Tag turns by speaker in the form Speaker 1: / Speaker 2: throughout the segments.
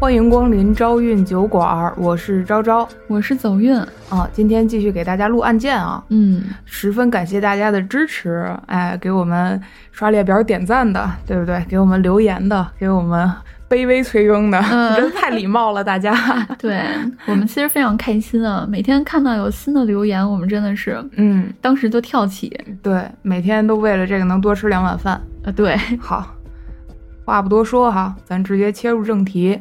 Speaker 1: 欢迎光临招运酒馆儿，我是昭昭
Speaker 2: 我是走运，
Speaker 1: 啊。今天继续给大家录案件啊，
Speaker 2: 嗯，
Speaker 1: 十分感谢大家的支持，哎，给我们刷列表点赞的，对不对？给我们留言的，给我们卑微催更的，
Speaker 2: 嗯
Speaker 1: 真太礼貌了，大家。
Speaker 2: 对我们其实非常开心啊，每天看到有新的留言，我们真的是
Speaker 1: 嗯，
Speaker 2: 当时就跳起，
Speaker 1: 对，每天都为了这个能多吃两碗饭。
Speaker 2: 呃，对，
Speaker 1: 好，话不多说哈，咱直接切入正题。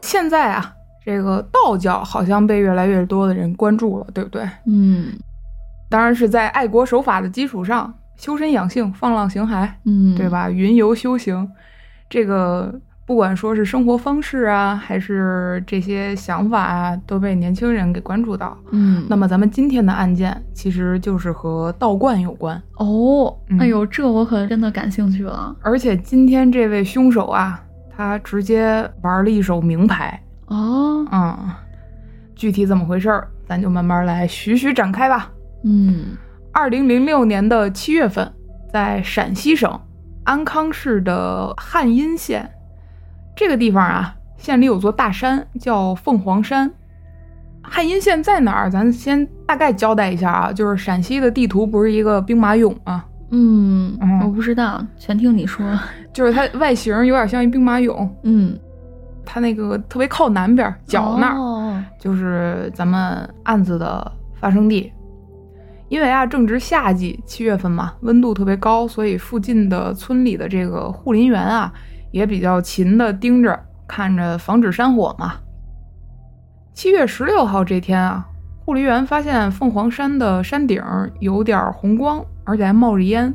Speaker 1: 现在啊，这个道教好像被越来越多的人关注了，对不对？
Speaker 2: 嗯
Speaker 1: 当然是在爱国守法的基础上，修身养性、放浪形骸，
Speaker 2: 嗯，
Speaker 1: 对？吧？云游修行，这个不管说是生活方式啊，还是这些想法啊，都被年轻人给关注到。
Speaker 2: 嗯，
Speaker 1: 那么咱们今天的案件其实就是和道观有关，
Speaker 2: 哦
Speaker 1: 嗯，
Speaker 2: 哎呦，这我可真的感兴趣了
Speaker 1: 而且今天这位凶手啊，他直接玩了一手名牌，
Speaker 2: 哦，
Speaker 1: 嗯，具体怎么回事儿，咱就慢慢来，徐徐展开吧。
Speaker 2: 嗯
Speaker 1: 二零零六年的七月份，在陕西省安康市的汉阴县这个地方啊，县里有座大山叫凤凰山。汉阴县在哪儿？啊咱先大概交代一下啊，就是陕西的地图不是一个兵马俑啊吗？
Speaker 2: 嗯
Speaker 1: 嗯，
Speaker 2: 我不知道，全听你说，
Speaker 1: 就是它外形有点像一兵马俑，
Speaker 2: 嗯，
Speaker 1: 它那个特别靠南边儿脚那儿，
Speaker 2: 哦
Speaker 1: 就是咱们案子的发生地。因为啊，正值夏季，七月份嘛，温度特别高，所以附近的村里的这个护林员啊，也比较勤的盯着，看着防止山火嘛。七月十六号这天啊，护林员发现凤凰山的山顶有点红光，而且还冒着烟，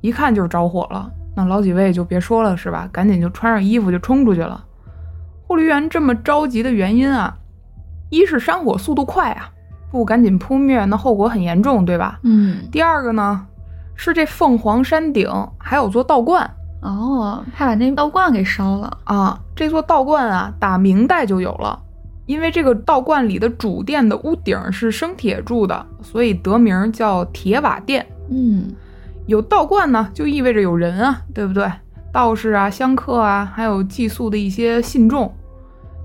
Speaker 1: 一看就是着火了。那老几位就别说了，是吧？赶紧就穿上衣服就冲出去了。护林员这么着急的原因啊，一是山火速度快啊，不赶紧扑灭，那后果很严重，对吧？
Speaker 2: 嗯
Speaker 1: 第二个呢，是这凤凰山顶还有座道观
Speaker 2: 哦，怕把那道观给烧了，
Speaker 1: 啊，这座道观啊，打明代就有了。因为这个道观里的主殿的屋顶是生铁铸的，所以得名叫铁瓦殿。
Speaker 2: 嗯
Speaker 1: 有道观呢，就意味着有人啊，对不对？道士啊、香客啊，还有寄宿的一些信众，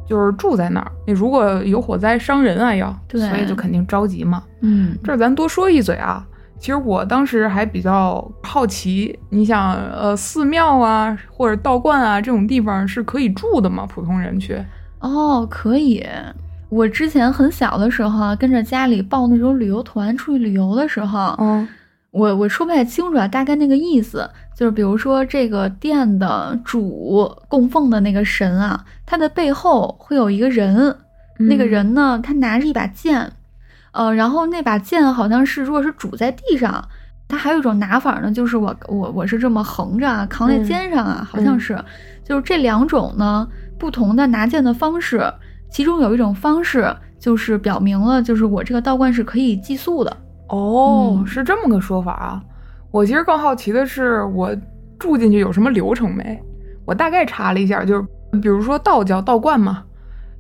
Speaker 1: 就是住在那儿。你如果有火灾伤人啊，要，
Speaker 2: 对
Speaker 1: 所以就肯定着急嘛。
Speaker 2: 嗯
Speaker 1: 这儿咱多说一嘴啊，其实我当时还比较好奇，你想，呃，寺庙啊或者道观啊这种地方是可以住的吗？普通人去？
Speaker 2: 哦，可以。我之前很小的时候啊，跟着家里报那种旅游团出去旅游的时候，
Speaker 1: 嗯
Speaker 2: 我我说不太清楚啊，大概那个意思就是，比如说这个殿的主供奉的那个神啊，他的背后会有一个人，
Speaker 1: 嗯
Speaker 2: 那个人呢，他拿着一把剑，呃，然后那把剑好像是如果是拄在地上，他还有一种拿法呢，就是我我我是这么横着啊，扛在
Speaker 1: 嗯
Speaker 2: 肩上啊，好像是，就是这两种呢不同的拿剑的方式，其中有一种方式就是表明了，就是我这个道观是可以寄宿的。
Speaker 1: 哦，
Speaker 2: 嗯
Speaker 1: 是这么个说法啊。我其实更好奇的是，我住进去有什么流程没？我大概查了一下，就是比如说道教道观嘛，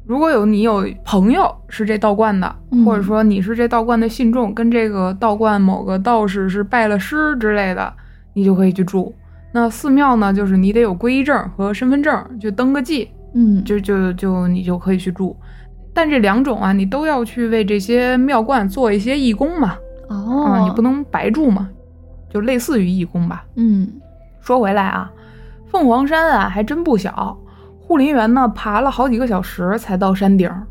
Speaker 1: 如果有你有朋友是这道观的，
Speaker 2: 嗯
Speaker 1: 或者说你是这道观的信众，跟这个道观某个道士是拜了师之类的，你就可以去住。那寺庙呢，就是你得有皈依证和身份证，就登个记，
Speaker 2: 嗯，
Speaker 1: 就就就你就可以去住。但这两种啊，你都要去为这些庙观做一些义工嘛。
Speaker 2: 哦、
Speaker 1: 啊，你不，能白住嘛，就类似于义工吧。
Speaker 2: 嗯
Speaker 1: 说回来啊，凤凰山啊还真不小，护林员呢爬了好几个小时才到山顶儿。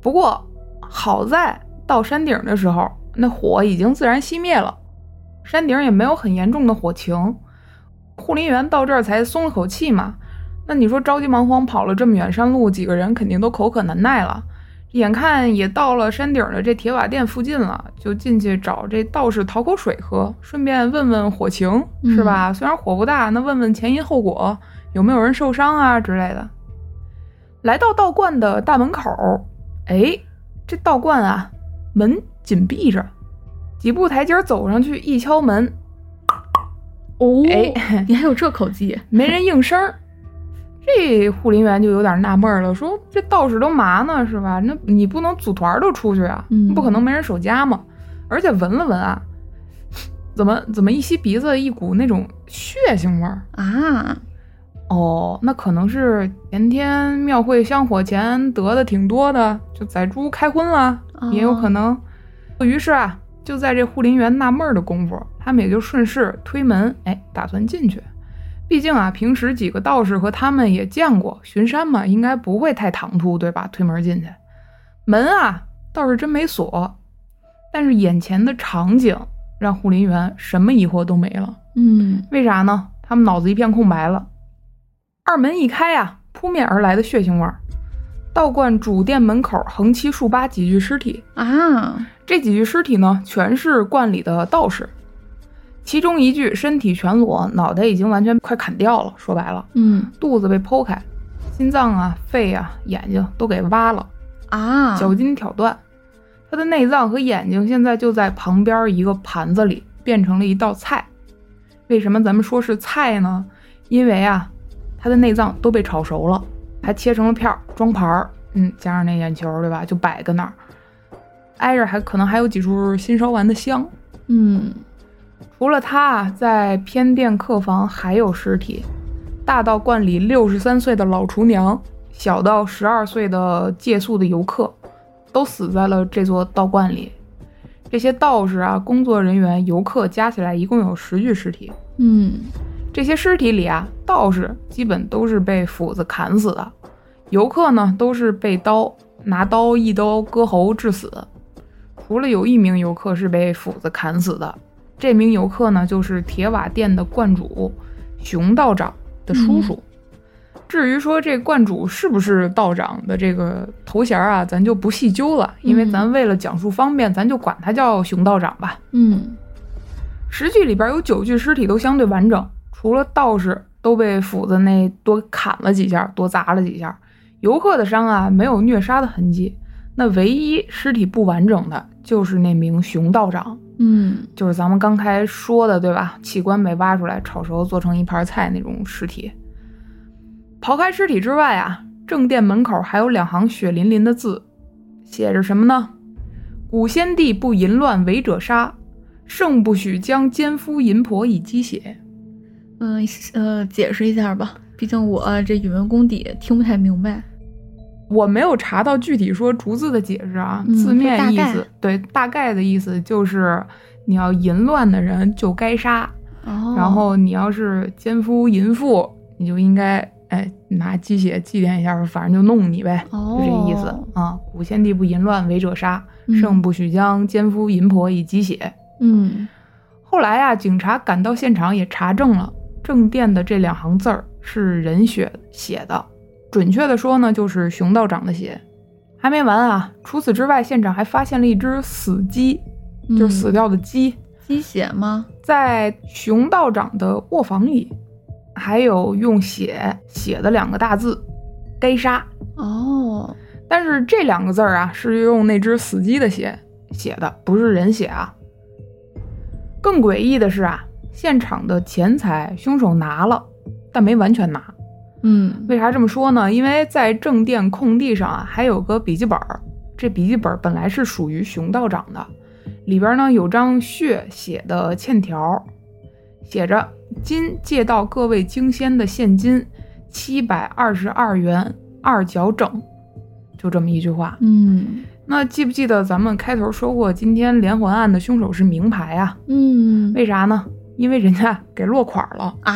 Speaker 1: 不过好在到山顶儿的时候，那火已经自然熄灭了，山顶儿也没有很严重的火情。护林员到这儿才松了口气嘛。那你说着急忙慌跑了这么远山路，几个人肯定都口渴难耐了。眼看也到了山顶儿的这铁瓦店附近了，就进去找这道士讨口水喝，顺便问问火情，是吧？虽然火不大，那问问前因后果，有没有人受伤啊之类的。来到道观的大门口，哎，这道观啊，门紧闭着，几步台阶儿走上去，一敲门，
Speaker 2: 哦，
Speaker 1: 哎
Speaker 2: 你还有这口技，
Speaker 1: 没人应声儿。这护林员就有点纳闷儿了，说这道士都嘛呢，是吧？那你不能组团儿都出去啊，
Speaker 2: 嗯
Speaker 1: 不可能没人守家嘛。而且闻了闻啊，怎么怎么一吸鼻子一股那种血腥味儿，
Speaker 2: 啊，
Speaker 1: 哦，那可能是前天庙会香火钱得的挺多的，就宰猪开荤了，
Speaker 2: 哦
Speaker 1: 也有可能。于是啊，就在这护林员纳闷儿的功夫，他们也就顺势推门，哎，打算进去。毕竟啊，平时几个道士和他们也见过巡山嘛，应该不会太唐突，对吧？推门进去，门啊倒是真没锁，但是眼前的场景让护林员什么疑惑都没了。
Speaker 2: 嗯，
Speaker 1: 为啥呢？他们脑子一片空白了。二门一开呀、扑面而来的血腥味儿。道观主殿门口横七竖八几具尸体，
Speaker 2: 啊，
Speaker 1: 这几具尸体呢，全是观里的道士，其中一具身体全裸，脑袋已经完全快砍掉了，说白了，
Speaker 2: 嗯
Speaker 1: 肚子被剖开，心脏啊、肺啊、眼睛都给挖了，
Speaker 2: 啊，
Speaker 1: 脚筋挑断。他的内脏和眼睛现在就在旁边一个盘子里，变成了一道菜。为什么咱们说是菜呢？因为啊，他的内脏都被炒熟了，还切成了片儿装盘儿。嗯，加上那眼球，对吧？就摆搁那儿，挨着还可能还有几柱新烧完的香。
Speaker 2: 嗯
Speaker 1: 除了他啊，在偏殿客房还有尸体，大到观里六十三岁的老厨娘，小到十二岁的借宿的游客，都死在了这座道观里。这些道士啊、工作人员、游客加起来一共有十具尸体。
Speaker 2: 嗯
Speaker 1: 这些尸体里啊，道士基本都是被斧子砍死的，游客呢都是被刀拿刀一刀割喉致死。除了有一名游客是被斧子砍死的，这名游客呢就是铁瓦店的观主熊道长的叔叔。至于说这观主是不是道长的这个头衔啊，咱就不细究了，因为
Speaker 2: 嗯
Speaker 1: 咱为了讲述方便，咱就管他叫熊道长吧。
Speaker 2: 嗯
Speaker 1: 十具里边有九具尸体都相对完整，除了道士都被斧子那多砍了几下，多砸了几下。游客的伤啊，没有虐杀的痕迹。那唯一尸体不完整的就是那名熊道长，
Speaker 2: 嗯
Speaker 1: 就是咱们刚才说的，对吧？器官被挖出来炒熟，做成一盘菜那种尸体。刨开尸体之外啊，正殿门口还有两行血淋淋的字，写着什么呢？古先帝不淫乱，违者杀；圣不许将奸夫淫婆以鸡血。
Speaker 2: 呃呃，解释一下吧，毕竟我、啊这语文功底听不太明白。
Speaker 1: 我没有查到具体说逐字的解释啊，
Speaker 2: 嗯
Speaker 1: 字面意
Speaker 2: 大
Speaker 1: 思
Speaker 2: 概
Speaker 1: 对大概的意思就是，你要淫乱的人就该杀，
Speaker 2: 哦，
Speaker 1: 然后你要是奸夫淫妇，你就应该哎拿鸡血祭奠一下，反正就弄你呗，
Speaker 2: 哦
Speaker 1: 就这意思啊。古先帝不淫乱，违者杀，
Speaker 2: 嗯
Speaker 1: 圣不许将奸夫淫婆以鸡血。
Speaker 2: 嗯
Speaker 1: 后来啊，警察赶到现场也查证了，正殿的这两行字儿是人血写的，准确的说呢，就是熊道长的血。还没完啊！除此之外，现场还发现了一只死鸡，
Speaker 2: 嗯
Speaker 1: 就是死掉的鸡。
Speaker 2: 鸡血吗？
Speaker 1: 在熊道长的卧房里，还有用血写的两个大字“该杀
Speaker 2: 哦，”，
Speaker 1: 但是这两个字儿啊是用那只死鸡的血写的，不是人血啊。更诡异的是啊，现场的钱财凶手拿了，但没完全拿。
Speaker 2: 嗯
Speaker 1: 为啥这么说呢？因为在正殿空地上啊，还有个笔记本儿。这笔记本儿本来是属于熊道长的，里边呢有张血写的欠条，写着“今借到各位京仙的现金七百二十二元二角整”，就这么一句话。
Speaker 2: 嗯
Speaker 1: 那记不记得咱们开头说过，今天连环案的凶手是名牌啊？
Speaker 2: 嗯
Speaker 1: 为啥呢？因为人家给落款儿了。
Speaker 2: 啊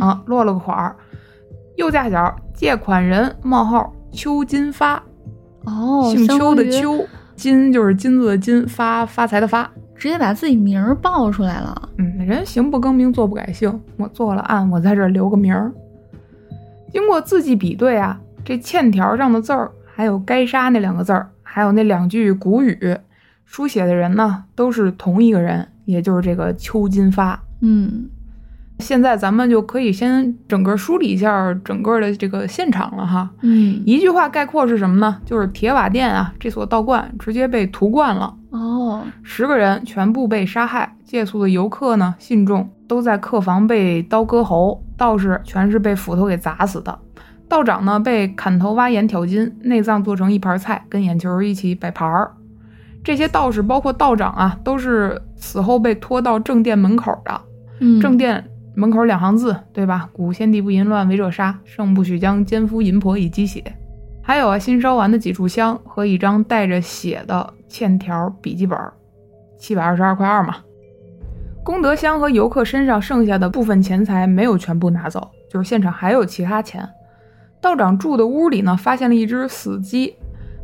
Speaker 1: 啊，落了个款儿。右下角借款人冒号邱金发，
Speaker 2: 哦，
Speaker 1: 姓
Speaker 2: 相
Speaker 1: 邱的
Speaker 2: 当于
Speaker 1: 邱，金就是金子的金，发发财的发。
Speaker 2: 直接把自己名儿报出来了。
Speaker 1: 嗯，人行不更名，坐不改姓。我做了案，我在这儿留个名儿。经过字迹比对啊，这欠条上的字儿，还有“该杀”那两个字儿，还有那两句古语，书写的人呢都是同一个人，也就是这个邱金发。
Speaker 2: 嗯
Speaker 1: 现在咱们就可以先整个梳理一下整个的这个现场了哈。
Speaker 2: 嗯
Speaker 1: 一句话概括是什么呢？就是铁瓦店啊，这所道观直接被屠灌了，
Speaker 2: 哦
Speaker 1: 十个人全部被杀害，借宿的游客呢、信众都在客房被刀割喉，道士全是被斧头给砸死的，道长呢被砍头挖眼挑筋，内脏做成一盘菜，跟眼球一起摆盘儿。这些道士包括道长啊，都是死后被拖到正殿门口的，
Speaker 2: 嗯
Speaker 1: 正殿门口两行字，对吧？古先帝不淫乱，违者杀，圣不许将奸夫淫婆以鸡血。还有啊，新烧完的几炷香和一张带着血的欠条笔记本，七百二十二块二嘛。功德箱和游客身上剩下的部分钱财没有全部拿走，就是现场还有其他钱。道长住的屋里呢，发现了一只死鸡，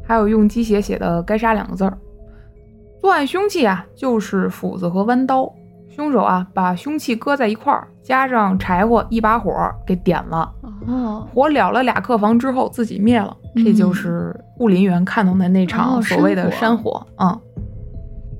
Speaker 1: 还有用鸡血写的“该杀”两个字儿。作案凶器啊，就是斧子和弯刀。凶手啊，把凶器搁在一块儿，加上柴火，一把火给点了，
Speaker 2: 哦，
Speaker 1: 火燎了俩客房之后自己灭了。这就是护林员看到的那场
Speaker 2: 哦
Speaker 1: 所谓的山
Speaker 2: 山
Speaker 1: 火。嗯，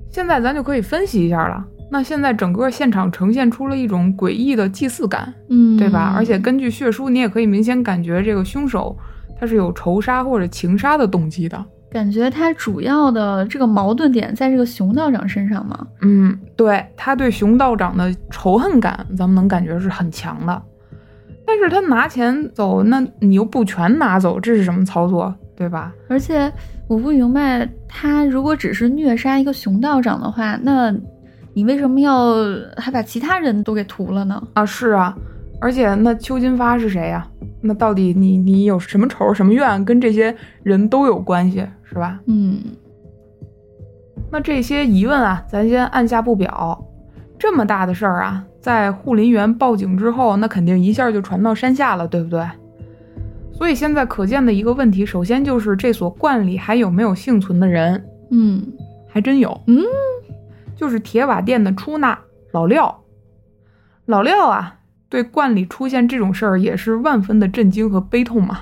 Speaker 1: 现在咱就可以分析一下了。那现在整个现场呈现出了一种诡异的祭祀感，
Speaker 2: 嗯，
Speaker 1: 对吧？而且根据血书，你也可以明显感觉这个凶手他是有仇杀或者情杀的动机的。
Speaker 2: 感觉他主要的这个矛盾点在这个熊道长身上嘛。
Speaker 1: 嗯，对，他对熊道长的仇恨感，咱们能感觉是很强的。但是他拿钱走，那你又不全拿走，这是什么操作，对吧？
Speaker 2: 而且我不明白，他如果只是虐杀一个熊道长的话，那你为什么要还把其他人都给屠了呢？
Speaker 1: 啊，是啊，而且那邱金发是谁呀、啊那到底你你有什么仇什么怨，跟这些人都有关系，是吧？
Speaker 2: 嗯，
Speaker 1: 那这些疑问啊，咱先按下不表。这么大的事儿啊，在护林员报警之后，那肯定一下就传到山下了，对不对？所以现在可见的一个问题，首先就是这所观里还有没有幸存的人？
Speaker 2: 嗯，
Speaker 1: 还真有，
Speaker 2: 嗯，
Speaker 1: 就是铁瓦店的出纳老廖。老廖啊，对观里出现这种事儿也是万分的震惊和悲痛嘛。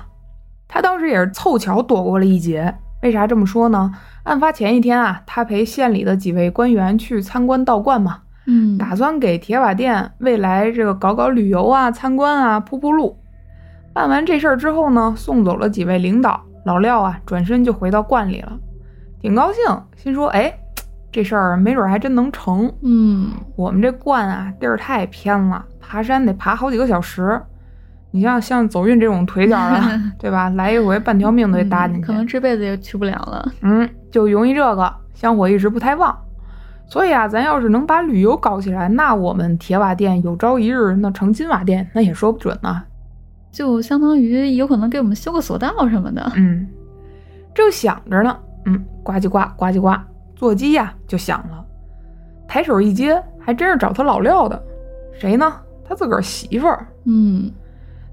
Speaker 1: 他当时也是凑巧躲过了一劫。为啥这么说呢？案发前一天啊，他陪县里的几位官员去参观道观嘛，
Speaker 2: 嗯，
Speaker 1: 打算给铁瓦店未来这个搞搞旅游啊、参观啊铺铺路。办完这事儿之后呢，送走了几位领导，老廖啊转身就回到观里了，挺高兴，心说哎，这事儿没准儿还真能成。
Speaker 2: 嗯，
Speaker 1: 我们这观啊地儿太偏了，爬山得爬好几个小时。你像像走运这种腿脚 的，对吧？来一回半条命都得搭进
Speaker 2: 嗯
Speaker 1: 去。
Speaker 2: 可能这辈子也去不了了。
Speaker 1: 嗯，就由于这个，香火一直不太旺。所以啊，咱要是能把旅游搞起来，那我们铁瓦店有朝一日那成金瓦店，那也说不准呢、
Speaker 2: 就相当于有可能给我们修个索道什么的。
Speaker 1: 嗯，正想着呢，嗯，呱唧呱，呱唧呱，座机呀、就响了。抬手一接，还真是找他老廖的，谁呢？他自个儿媳妇儿。
Speaker 2: 嗯，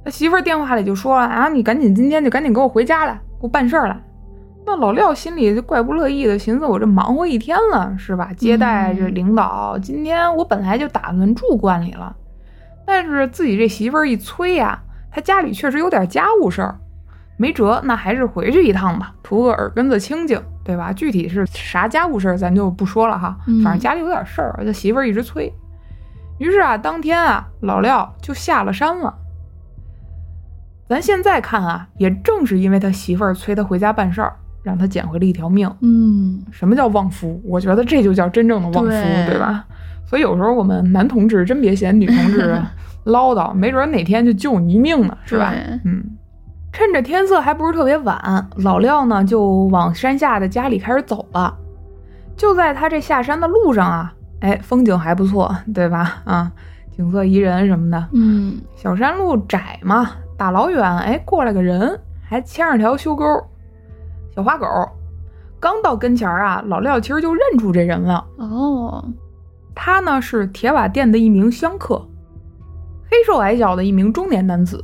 Speaker 1: 他媳妇儿电话里就说了啊，你赶紧今天就赶紧给我回家来，给我办事儿来。那老廖心里就怪不乐意的，寻思我这忙活一天了，是吧？接待这领导，今天我本来就打算住观里了，但是自己这媳妇儿一催呀、他家里确实有点家务事儿，没辙，那还是回去一趟吧，图个耳根子清净，对吧？具体是啥家务事儿，咱就不说了哈
Speaker 2: 嗯，
Speaker 1: 反正家里有点事儿，他媳妇儿一直催。于是啊，当天啊，老廖就下了山了。咱现在看啊，也正是因为他媳妇儿催他回家办事儿，让他捡回了一条命。
Speaker 2: 嗯，
Speaker 1: 什么叫旺夫？我觉得这就叫真正的旺夫，
Speaker 2: 对
Speaker 1: 对吧？所以有时候我们男同志真别嫌女同 志唠叨，没准儿哪天就救你一命呢，是吧
Speaker 2: 对？
Speaker 1: 嗯，趁着天色还不是特别晚，老廖呢就往山下的家里开始走了。就在他这下山的路上啊，哎，风景还不错，对吧？啊，景色宜人什么的。
Speaker 2: 嗯，
Speaker 1: 小山路窄嘛，大老远哎过来个人，还牵着条修沟儿小花狗。刚到跟前儿啊，老廖其实就认出这人了。
Speaker 2: 哦，
Speaker 1: 他呢是铁瓦店的一名香客，黑瘦矮小的一名中年男子。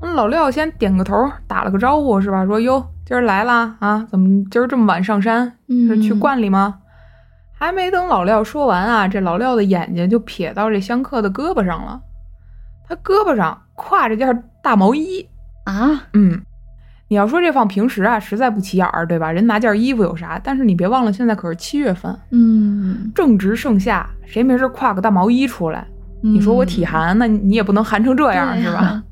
Speaker 1: 嗯老廖先点个头，打了个招呼，是吧？说哟，今儿来啦啊？怎么今儿这么晚上山？
Speaker 2: 嗯
Speaker 1: 是去观里吗？还没等老廖说完啊，这老廖的眼睛就瞥到这香客的胳膊上了。他胳膊上挎着件大毛衣，
Speaker 2: 啊，
Speaker 1: 嗯，你要说这放平时啊，实在不起眼儿，对吧？人拿件衣服有啥？但是你别忘了，现在可是七月份，
Speaker 2: 嗯，
Speaker 1: 正值盛夏，谁没事挎个大毛衣出来？
Speaker 2: 嗯
Speaker 1: 你说我体寒，那你也不能寒成这
Speaker 2: 这
Speaker 1: 样、是吧？？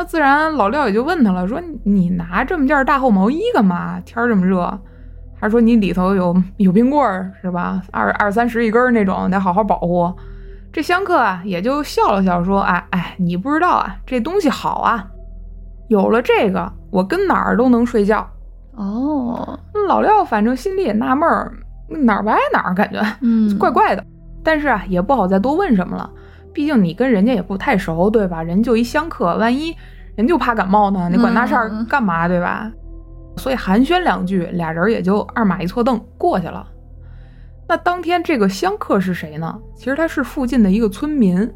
Speaker 1: 那自然老廖也就问他了，说你拿这么件大厚毛衣干嘛？天儿这么热，还是说你里头有有冰棍儿是吧？二二三十一根儿那种，得好好保护。这香客啊也就笑了笑说，哎哎，你不知道啊，这东西好啊，有了这个，我跟哪儿都能睡觉。
Speaker 2: 哦，
Speaker 1: 老廖反正心里也纳闷儿，哪儿不挨哪儿感觉。
Speaker 2: 嗯，
Speaker 1: 怪怪的。但是啊，也不好再多问什么了，毕竟你跟人家也不太熟，对吧？人就一相克，万一人就怕感冒呢，你管那事儿
Speaker 2: 嗯
Speaker 1: 干嘛，对吧？所以寒暄两句，俩人也就二马一错蹬过去了。那当天这个相克是谁呢？其实他是附近的一个村民，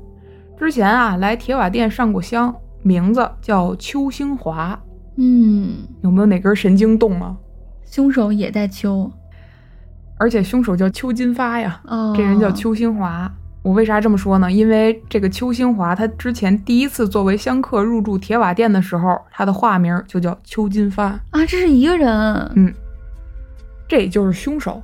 Speaker 1: 之前啊来铁瓦店上过香，名字叫邱兴华。
Speaker 2: 嗯，
Speaker 1: 有没有哪根神经动了？
Speaker 2: 凶手也在秋，
Speaker 1: 而且凶手叫邱金发呀。
Speaker 2: 哦，
Speaker 1: 这人叫，邱兴华。我为啥这么说呢？因为这个邱兴华，他之前第一次作为香客入住铁瓦店的时候，他的化名就叫邱金发，
Speaker 2: 啊，这是一个人，
Speaker 1: 嗯这也就是凶手。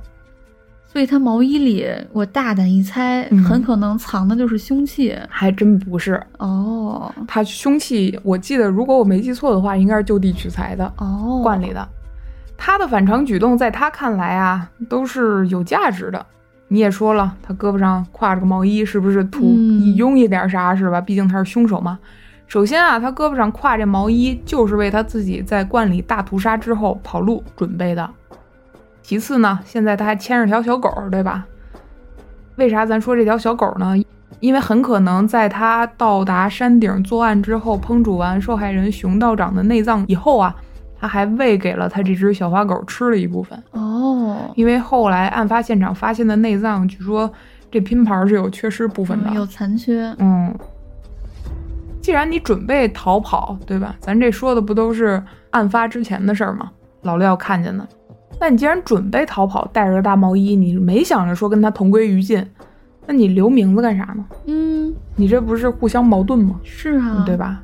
Speaker 2: 所以他毛衣里，我大胆一猜，
Speaker 1: 嗯
Speaker 2: 很可能藏的就是凶器。
Speaker 1: 还真不是，
Speaker 2: 哦
Speaker 1: 他凶器，我记得如果我没记错的话，应该是就地取材的，
Speaker 2: 哦，
Speaker 1: 惯例的。他的反常举动，在他看来啊，都是有价值的。你也说了，他胳膊上挎着个毛衣，是不是图
Speaker 2: 嗯
Speaker 1: 以拥一点啥是吧？毕竟他是凶手嘛。首先啊，他胳膊上挎这毛衣，就是为他自己在观里大屠杀之后跑路准备的。其次呢，现在他还牵着条小狗，对吧？为啥咱说这条小狗呢？因为很可能在他到达山顶作案之后，烹煮完受害人熊道长的内脏以后啊，他还喂给了他这只小花狗吃了一部分。
Speaker 2: 哦，
Speaker 1: 因为后来案发现场发现的内脏，据说这拼盘是有缺失部分的。
Speaker 2: 嗯有残缺，
Speaker 1: 嗯，既然你准备逃跑，对吧？咱这说的不都是案发之前的事儿吗？老廖看见的。那你既然准备逃跑，带着个大毛衣，你没想着说跟他同归于尽，那你留名字干啥呢？
Speaker 2: 嗯，
Speaker 1: 你这不是互相矛盾吗？
Speaker 2: 是啊，
Speaker 1: 嗯对？吧？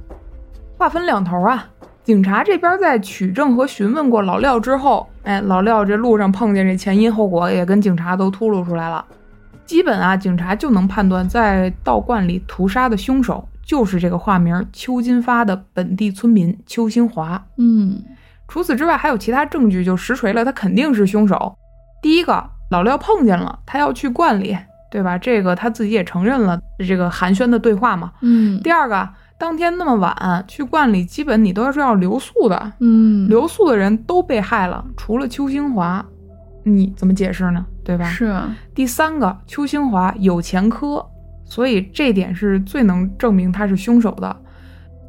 Speaker 1: 话分两头啊。警察这边在取证和询问过老廖之后，哎，老廖这路上碰见这前因后果也跟警察都秃噜出来了。基本啊，警察就能判断在道观里屠杀的凶手就是这个化名邱金发的本地村民邱兴华。
Speaker 2: 嗯
Speaker 1: 除此之外，还有其他证据就实锤了，他肯定是凶手。第一个，老廖碰见了，他要去观里，对吧？这个他自己也承认了这个寒暄的对话嘛。
Speaker 2: 嗯
Speaker 1: 第二个，当天那么晚去观里，基本你都是要留宿的，
Speaker 2: 嗯，
Speaker 1: 留宿的人都被害了，除了邱兴华，你怎么解释呢？对吧？
Speaker 2: 是啊
Speaker 1: 第三个，邱兴华有前科，所以这点是最能证明他是凶手的。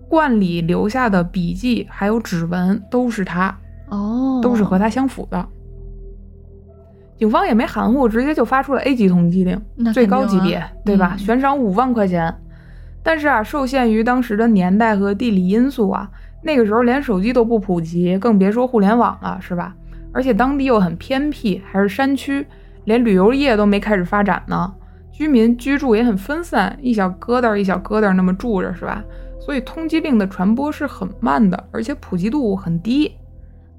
Speaker 1: 观里留下的笔迹还有指纹都是他，
Speaker 2: 哦，
Speaker 1: 都是和他相符的。警方也没含糊，直接就发出了 A 级通缉令。
Speaker 2: 那
Speaker 1: 最
Speaker 2: 肯定
Speaker 1: 高级
Speaker 2: 啊
Speaker 1: 别，对吧？
Speaker 2: 嗯
Speaker 1: 悬赏五万块钱。但是啊，受限于当时的年代和地理因素啊，那个时候连手机都不普及，更别说互联网了，是吧？而且当地又很偏僻，还是山区，连旅游业都没开始发展呢，居民居住也很分散，一小疙瘩儿一小疙瘩儿那么住着，是吧？所以通缉令的传播是很慢的，而且普及度很低。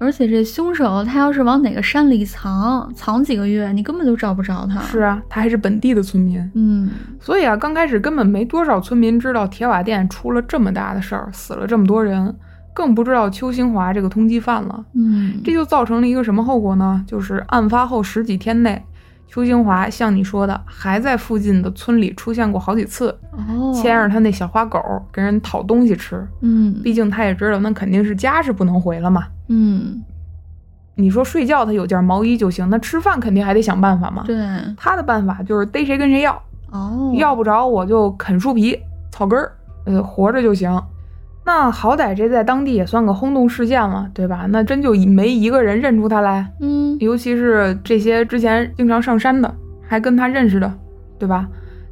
Speaker 2: 而且这凶手他要是往哪个山里藏，藏几个月，你根本就找不着他。
Speaker 1: 是，啊，他还是本地的村民，
Speaker 2: 嗯
Speaker 1: 所以啊，刚开始根本没多少村民知道铁瓦店出了这么大的事儿，死了这么多人，更不知道邱兴华这个通缉犯了。
Speaker 2: 嗯，
Speaker 1: 这就造成了一个什么后果呢？就是案发后十几天内，邱兴华像你说的，还在附近的村里出现过好几次，
Speaker 2: 哦，
Speaker 1: 牵着他那小花狗跟人讨东西吃。
Speaker 2: 嗯
Speaker 1: 毕竟他也知道，那肯定是家是不能回了嘛。
Speaker 2: 嗯，
Speaker 1: 你说睡觉他有件毛衣就行，那吃饭肯定还得想办法嘛。
Speaker 2: 对，
Speaker 1: 他的办法就是逮谁跟谁要。
Speaker 2: 哦，
Speaker 1: 要不着我就啃树皮、草根儿，呃，活着就行。那好歹这在当地也算个轰动事件了，对吧？那真就没一个人认出他来，
Speaker 2: 嗯
Speaker 1: 尤其是这些之前经常上山的，还跟他认识的，对吧？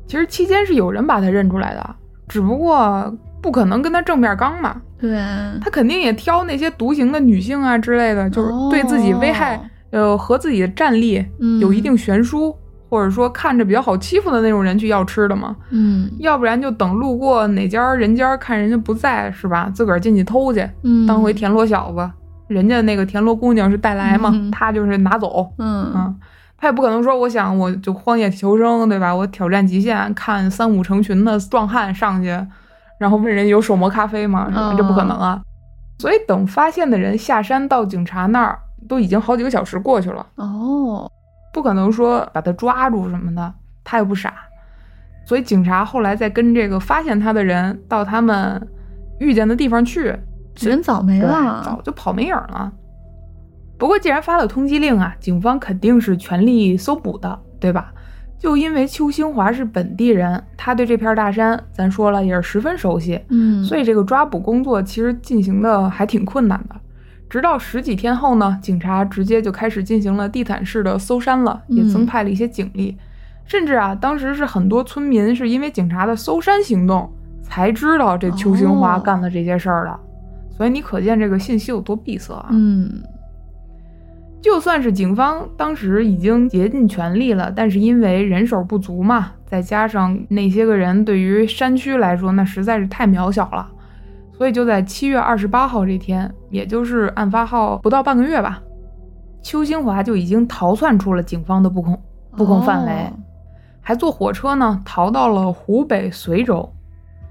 Speaker 1: 其实期间是有人把他认出来的，只不过不可能跟他正面刚嘛，
Speaker 2: 对，
Speaker 1: 他肯定也挑那些独行的女性啊之类的，就是对自己危害、呃和自己的战力
Speaker 2: 嗯
Speaker 1: 有一定悬殊，或者说看着比较好欺负的那种人去要吃的嘛。
Speaker 2: 嗯
Speaker 1: 要不然就等路过哪家人家看人家不在是吧，自个儿进去偷去，
Speaker 2: 嗯，
Speaker 1: 当回田螺小子。人家那个田螺姑娘是带来嘛，
Speaker 2: 嗯
Speaker 1: 他就是拿走。
Speaker 2: 嗯
Speaker 1: 嗯，他也不可能说，我想我就荒野求生，对吧？我挑战极限，看三五成群的壮汉上去，然后问人有手磨咖啡吗？是吧
Speaker 2: 嗯
Speaker 1: 这不可能啊！所以等发现的人下山到警察那儿，都已经好几个小时过去了。
Speaker 2: 哦，
Speaker 1: 不可能说把他抓住什么的，他又不傻，所以警察后来再跟这个发现他的人到他们遇见的地方去，
Speaker 2: 人早没
Speaker 1: 对
Speaker 2: 了
Speaker 1: 早，就跑没影儿了。不过既然发了通缉令啊，警方肯定是全力搜捕的，对吧？就因为邱兴华是本地人，他对这片大山，咱说了也是十分熟悉，
Speaker 2: 嗯，
Speaker 1: 所以这个抓捕工作其实进行的还挺困难的。直到十几天后呢，警察直接就开始进行了地毯式的搜山了，
Speaker 2: 嗯
Speaker 1: 也增派了一些警力，甚至啊，当时是很多村民是因为警察的搜山行动才知道这邱兴华
Speaker 2: 哦
Speaker 1: 干了这些事儿的。所以你可见这个信息有多闭塞啊！
Speaker 2: 嗯
Speaker 1: 就算是警方当时已经竭尽全力了，但是因为人手不足嘛，再加上那些个人对于山区来说那实在是太渺小了，所以就在七月二十八号这天，也就是案发后不到半个月吧，邱兴华就已经逃窜出了警方的布控布控范围，
Speaker 2: 哦
Speaker 1: 还坐火车呢逃到了湖北随州。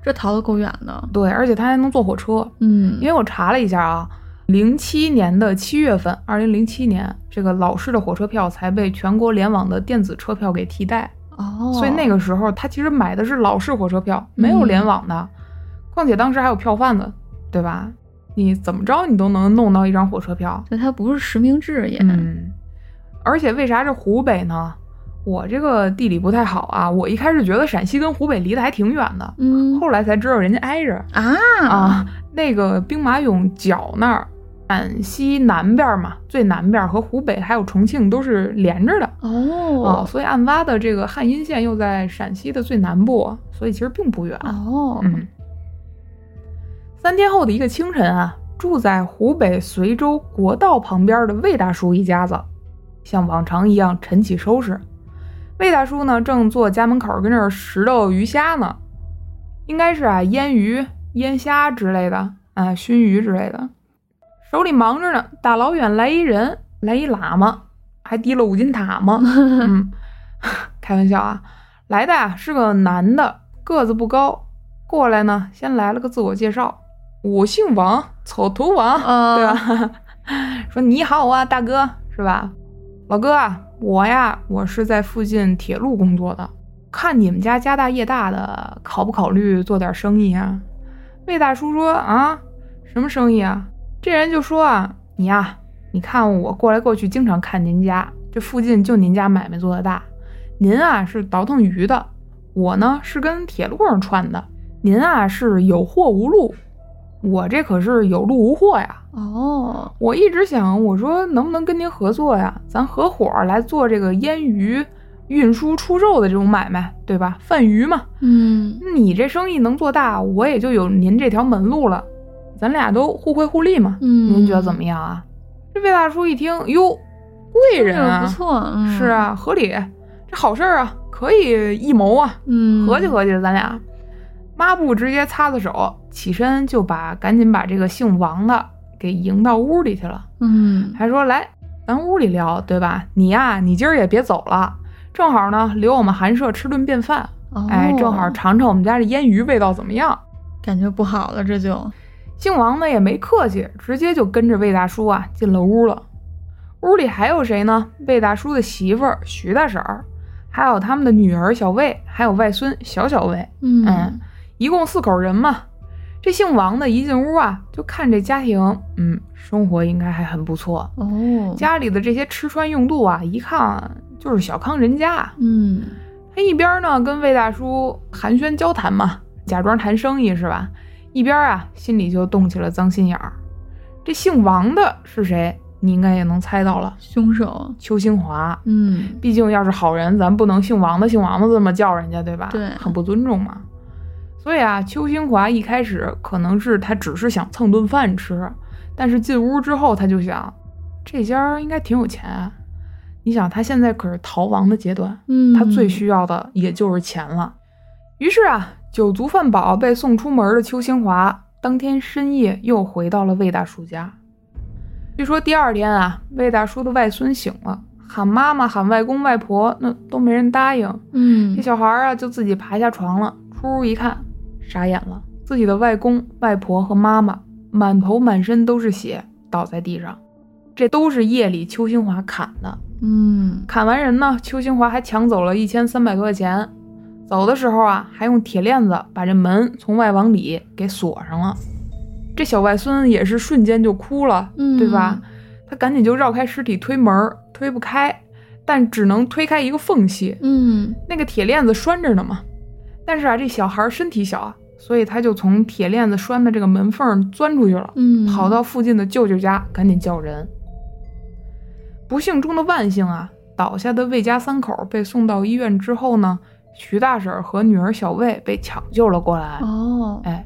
Speaker 2: 这逃得够远的，
Speaker 1: 对，而且他还能坐火车，
Speaker 2: 嗯，
Speaker 1: 因为我查了一下啊，零七年的七月份，二零零七年，这个老式的火车票才被全国联网的电子车票给替代，
Speaker 2: 哦，
Speaker 1: 所以那个时候他其实买的是老式火车票，没有
Speaker 2: 嗯
Speaker 1: 联网的。况且当时还有票贩子，对吧？你怎么着你都能弄到一张火车票。
Speaker 2: 对它不是实名制也，
Speaker 1: 嗯，而且为啥是湖北呢？我这个地理不太好啊，我一开始觉得陕西跟湖北离得还挺远的，
Speaker 2: 嗯
Speaker 1: 后来才知道人家挨着。
Speaker 2: 啊
Speaker 1: 啊，那个兵马俑角那儿，陕西南边嘛，最南边和湖北还有重庆都是连着的
Speaker 2: 哦
Speaker 1: 所以案发的这个汉阴县又在陕西的最南部，所以其实并不远。
Speaker 2: 哦，
Speaker 1: 嗯，三天后的一个清晨啊，住在湖北随州国道旁边的魏大叔一家子，像往常一样晨起收拾。魏大叔呢，正坐家门口跟那儿拾掇鱼虾呢，应该是啊腌鱼、腌虾之类的啊，熏鱼之类的，手里忙着呢。大老远来一人，来一喇嘛，还提了五金塔嘛。嗯， 开玩笑啊，来的啊是个男的，个子不高，过来呢先来了个自我介绍，我姓王，草头王，
Speaker 2: 哦
Speaker 1: 对啊吧？ 说你好啊，大哥，是吧？老哥啊，我呀，我是在附近铁路工作的，看你们家家大业大的，考不考虑做点生意啊？魏大叔说啊，什么生意啊？这人就说啊，你呀、你看我过来过去，经常看您家，这附近就您家买卖做得大。您啊是倒腾鱼的，我呢是跟铁路上串的。您啊是有货无路，我这可是有路无货呀。
Speaker 2: 哦，
Speaker 1: 我一直想，我说能不能跟您合作呀？咱合伙来做这个腌鱼运输出售的这种买卖，对吧？贩鱼嘛，
Speaker 2: 嗯
Speaker 1: 你这生意能做大，我也就有您这条门路了，咱俩都互惠互利嘛。
Speaker 2: 嗯，
Speaker 1: 您觉得怎么样啊？这魏大叔一听，哟，贵
Speaker 2: 这
Speaker 1: 人
Speaker 2: 个
Speaker 1: 啊，
Speaker 2: 不错，嗯，
Speaker 1: 是，啊，合理，这好事儿啊，可以一谋啊，
Speaker 2: 嗯，
Speaker 1: 合计合计，咱俩。抹布直接擦擦手，起身就把赶紧把这个姓王的给迎到屋里去了，
Speaker 2: 嗯，
Speaker 1: 还说来咱屋里聊，对吧？你呀、你今儿也别走了，正好呢留我们寒舍吃顿便饭，
Speaker 2: 哦
Speaker 1: 哎，正好尝尝我们家这腌鱼味道怎么样。
Speaker 2: 感觉不好了，这就，
Speaker 1: 姓王的也没客气，直接就跟着魏大叔啊进了屋了。屋里还有谁呢？魏大叔的媳妇儿徐大婶儿，还有他们的女儿小魏，还有外孙小小魏，
Speaker 2: 嗯
Speaker 1: 嗯一共四口人嘛。这姓王的一进屋啊，就看这家庭，嗯，生活应该还很不错。
Speaker 2: 哦，
Speaker 1: 家里的这些吃穿用度啊，一看就是小康人家啊。
Speaker 2: 嗯
Speaker 1: 他一边呢跟魏大叔寒暄交谈嘛，假装谈生意是吧？一边啊心里就动起了脏心眼儿。这姓王的是谁？你应该也能猜到了，
Speaker 2: 凶手，
Speaker 1: 邱兴华。
Speaker 2: 嗯
Speaker 1: 毕竟要是好人，咱不能姓王的姓王的这么叫人家，对吧？
Speaker 2: 对
Speaker 1: 很不尊重嘛。所以啊，邱兴华一开始可能是他只是想蹭顿饭吃，但是进屋之后他就想，这家儿应该挺有钱啊。你想，他现在可是逃亡的阶段，
Speaker 2: 嗯，
Speaker 1: 他最需要的也就是钱了。于是啊，酒足饭饱被送出门的邱兴华，当天深夜又回到了魏大叔家。据说第二天啊，魏大叔的外孙醒了，喊妈妈、喊外公、外婆，那都没人答应。
Speaker 2: 嗯
Speaker 1: 这小孩儿啊，就自己爬下床了，出屋一看，傻眼了，自己的外公、外婆和妈妈满头满身都是血，倒在地上。这都是夜里邱兴华砍的。
Speaker 2: 嗯
Speaker 1: 砍完人呢，邱兴华还抢走了一千三百多块钱。走的时候啊，还用铁链子把这门从外往里给锁上了。这小外孙也是瞬间就哭了，
Speaker 2: 嗯
Speaker 1: 对吧？他赶紧就绕开尸体推门，推不开，但只能推开一个缝隙，
Speaker 2: 嗯
Speaker 1: 那个铁链子拴着呢嘛。但是啊，这小孩儿身体小啊，所以他就从铁链子拴的这个门缝钻出去了，
Speaker 2: 嗯，
Speaker 1: 跑到附近的舅舅家，赶紧叫人。不幸中的万幸啊，倒下的魏家三口被送到医院之后呢，徐大婶儿和女儿小魏被抢救了过来。
Speaker 2: 哦，
Speaker 1: 哎，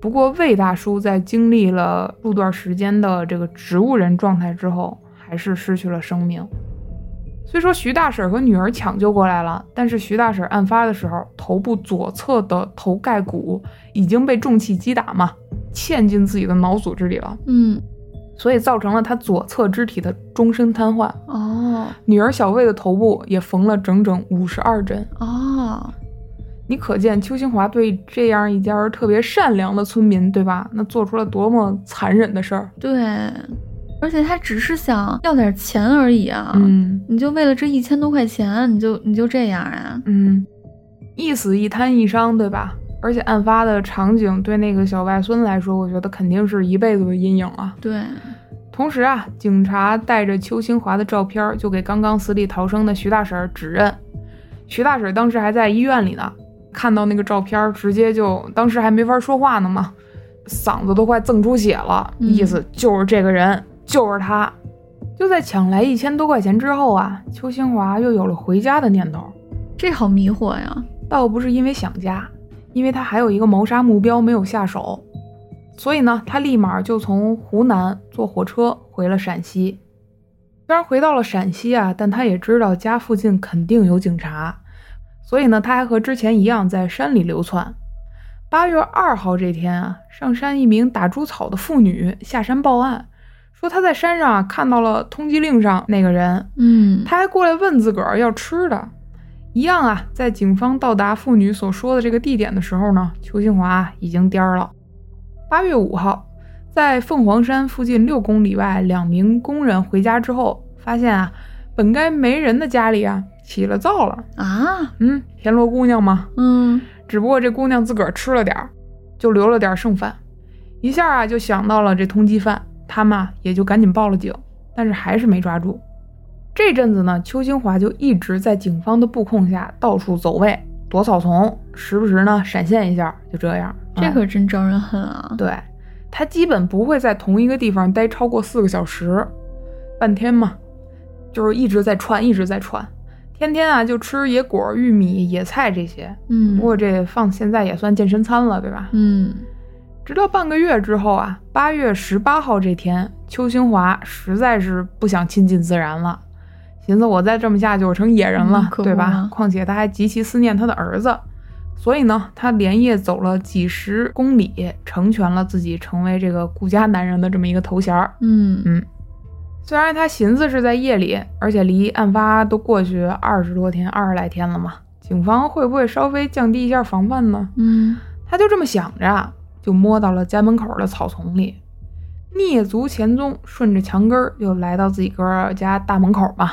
Speaker 1: 不过魏大叔在经历了数段时间的这个植物人状态之后，还是失去了生命。虽说徐大婶和女儿抢救过来了，但是徐大婶案发的时候，头部左侧的头盖骨已经被重器击打嘛，嵌进自己的脑组织里了，
Speaker 2: 嗯
Speaker 1: 所以造成了她左侧肢体的终身瘫痪。
Speaker 2: 哦
Speaker 1: 女儿小魏的头部也缝了整整五十二针，
Speaker 2: 哦，
Speaker 1: 你可见邱清华对这样一家特别善良的村民，对吧？那做出了多么残忍的事儿。
Speaker 2: 对，而且他只是想要点钱而已啊，
Speaker 1: 嗯
Speaker 2: 你就为了这一千多块钱，你就你就这样啊？
Speaker 1: 嗯，一死一摊一伤，对吧？而且案发的场景对那个小外孙来说，我觉得肯定是一辈子的阴影啊。
Speaker 2: 对，
Speaker 1: 同时啊，警察带着邱清华的照片儿，就给刚刚死里逃生的徐大婶儿指认。徐大婶儿当时还在医院里呢，看到那个照片儿，直接就当时还没法说话呢嘛，嗓子都快赠出血了，
Speaker 2: 嗯
Speaker 1: 意思就是这个人，就是他。就在抢来一千多块钱之后啊，邱清华又有了回家的念头，
Speaker 2: 这好迷惑呀。
Speaker 1: 倒不是因为想家，因为他还有一个谋杀目标没有下手，所以呢，他立马就从湖南坐火车回了陕西。虽然回到了陕西啊，但他也知道家附近肯定有警察，所以呢，他还和之前一样在山里流窜。八月二号这天啊，上山一名打猪草的妇女下山报案，说她在山上啊看到了通缉令上那个人，
Speaker 2: 嗯，
Speaker 1: 他还过来问自个儿要吃的。一样啊，在警方到达妇女所说的这个地点的时候呢，邱清华啊已经颠儿了。八月五号，在凤凰山附近六公里外，两名工人回家之后，发现啊，本该没人的家里啊起了灶了。
Speaker 2: 啊，
Speaker 1: 嗯，田螺姑娘嘛，
Speaker 2: 嗯
Speaker 1: 只不过这姑娘自个儿吃了点儿，就留了点儿剩饭，一下啊就想到了这通缉犯，他们啊也就赶紧报了警，但是还是没抓住。这阵子呢，邱清华就一直在警方的布控下到处走位，躲草丛，时不时呢闪现一下，就这样。
Speaker 2: 这
Speaker 1: 嗯
Speaker 2: 可真招人恨啊！
Speaker 1: 对，他基本不会在同一个地方待超过四个小时，半天嘛，就是一直在窜，一直在窜，天天啊就吃野果、玉米、野菜这些。
Speaker 2: 嗯，
Speaker 1: 不过这放现在也算健身餐了，对吧？
Speaker 2: 嗯
Speaker 1: 直到半个月之后啊，八月十八号这天，邱清华实在是不想亲近自然了，寻思我再这么下去，我成野人了
Speaker 2: 嗯，可不
Speaker 1: 对吧
Speaker 2: 嘛？
Speaker 1: 况且他还极其思念他的儿子，所以呢，他连夜走了几十公里，成全了自己成为这个顾家男人的这么一个头衔儿。
Speaker 2: 嗯
Speaker 1: 虽然他寻思是在夜里，而且离案发都过去二十多天、二十来天了嘛，警方会不会稍微降低一下防范呢？
Speaker 2: 嗯
Speaker 1: 他就这么想着啊，就摸到了家门口的草丛里，蹑足潜踪，顺着墙根儿就来到自己哥家大门口嘛。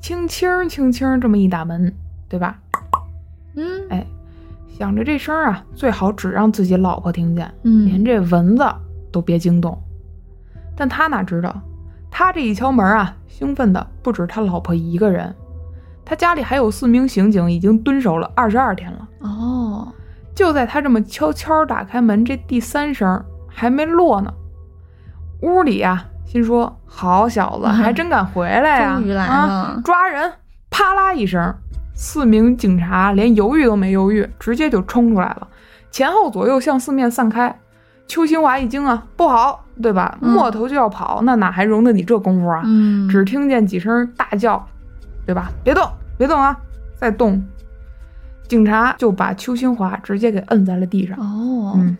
Speaker 1: 轻轻儿轻轻儿这么一打门，对吧？
Speaker 2: 嗯
Speaker 1: 哎，想着这声儿啊，最好只让自己老婆听见，连
Speaker 2: 嗯，
Speaker 1: 这蚊子都别惊动。但他哪知道，他这一敲门啊，兴奋的不止他老婆一个人，他家里还有四名刑警已经蹲守了二十二天了。
Speaker 2: 哦，
Speaker 1: 就在他这么悄悄打开门，这第三声还没落呢，屋里呀、心说：“好小子，
Speaker 2: 嗯
Speaker 1: 还真敢回来呀、啊！”
Speaker 2: 终于来了
Speaker 1: 抓人！啪啦一声，四名警察连犹豫都没犹豫，直接就冲出来了，前后左右向四面散开。邱清华一惊啊，不好，对吧？
Speaker 2: 嗯
Speaker 1: 摸头就要跑，那哪还容得你这功夫啊？
Speaker 2: 嗯，
Speaker 1: 只听见几声大叫，对吧？别动，别动啊！再动，警察就把邱清华直接给摁在了地上。
Speaker 2: 哦，
Speaker 1: 嗯，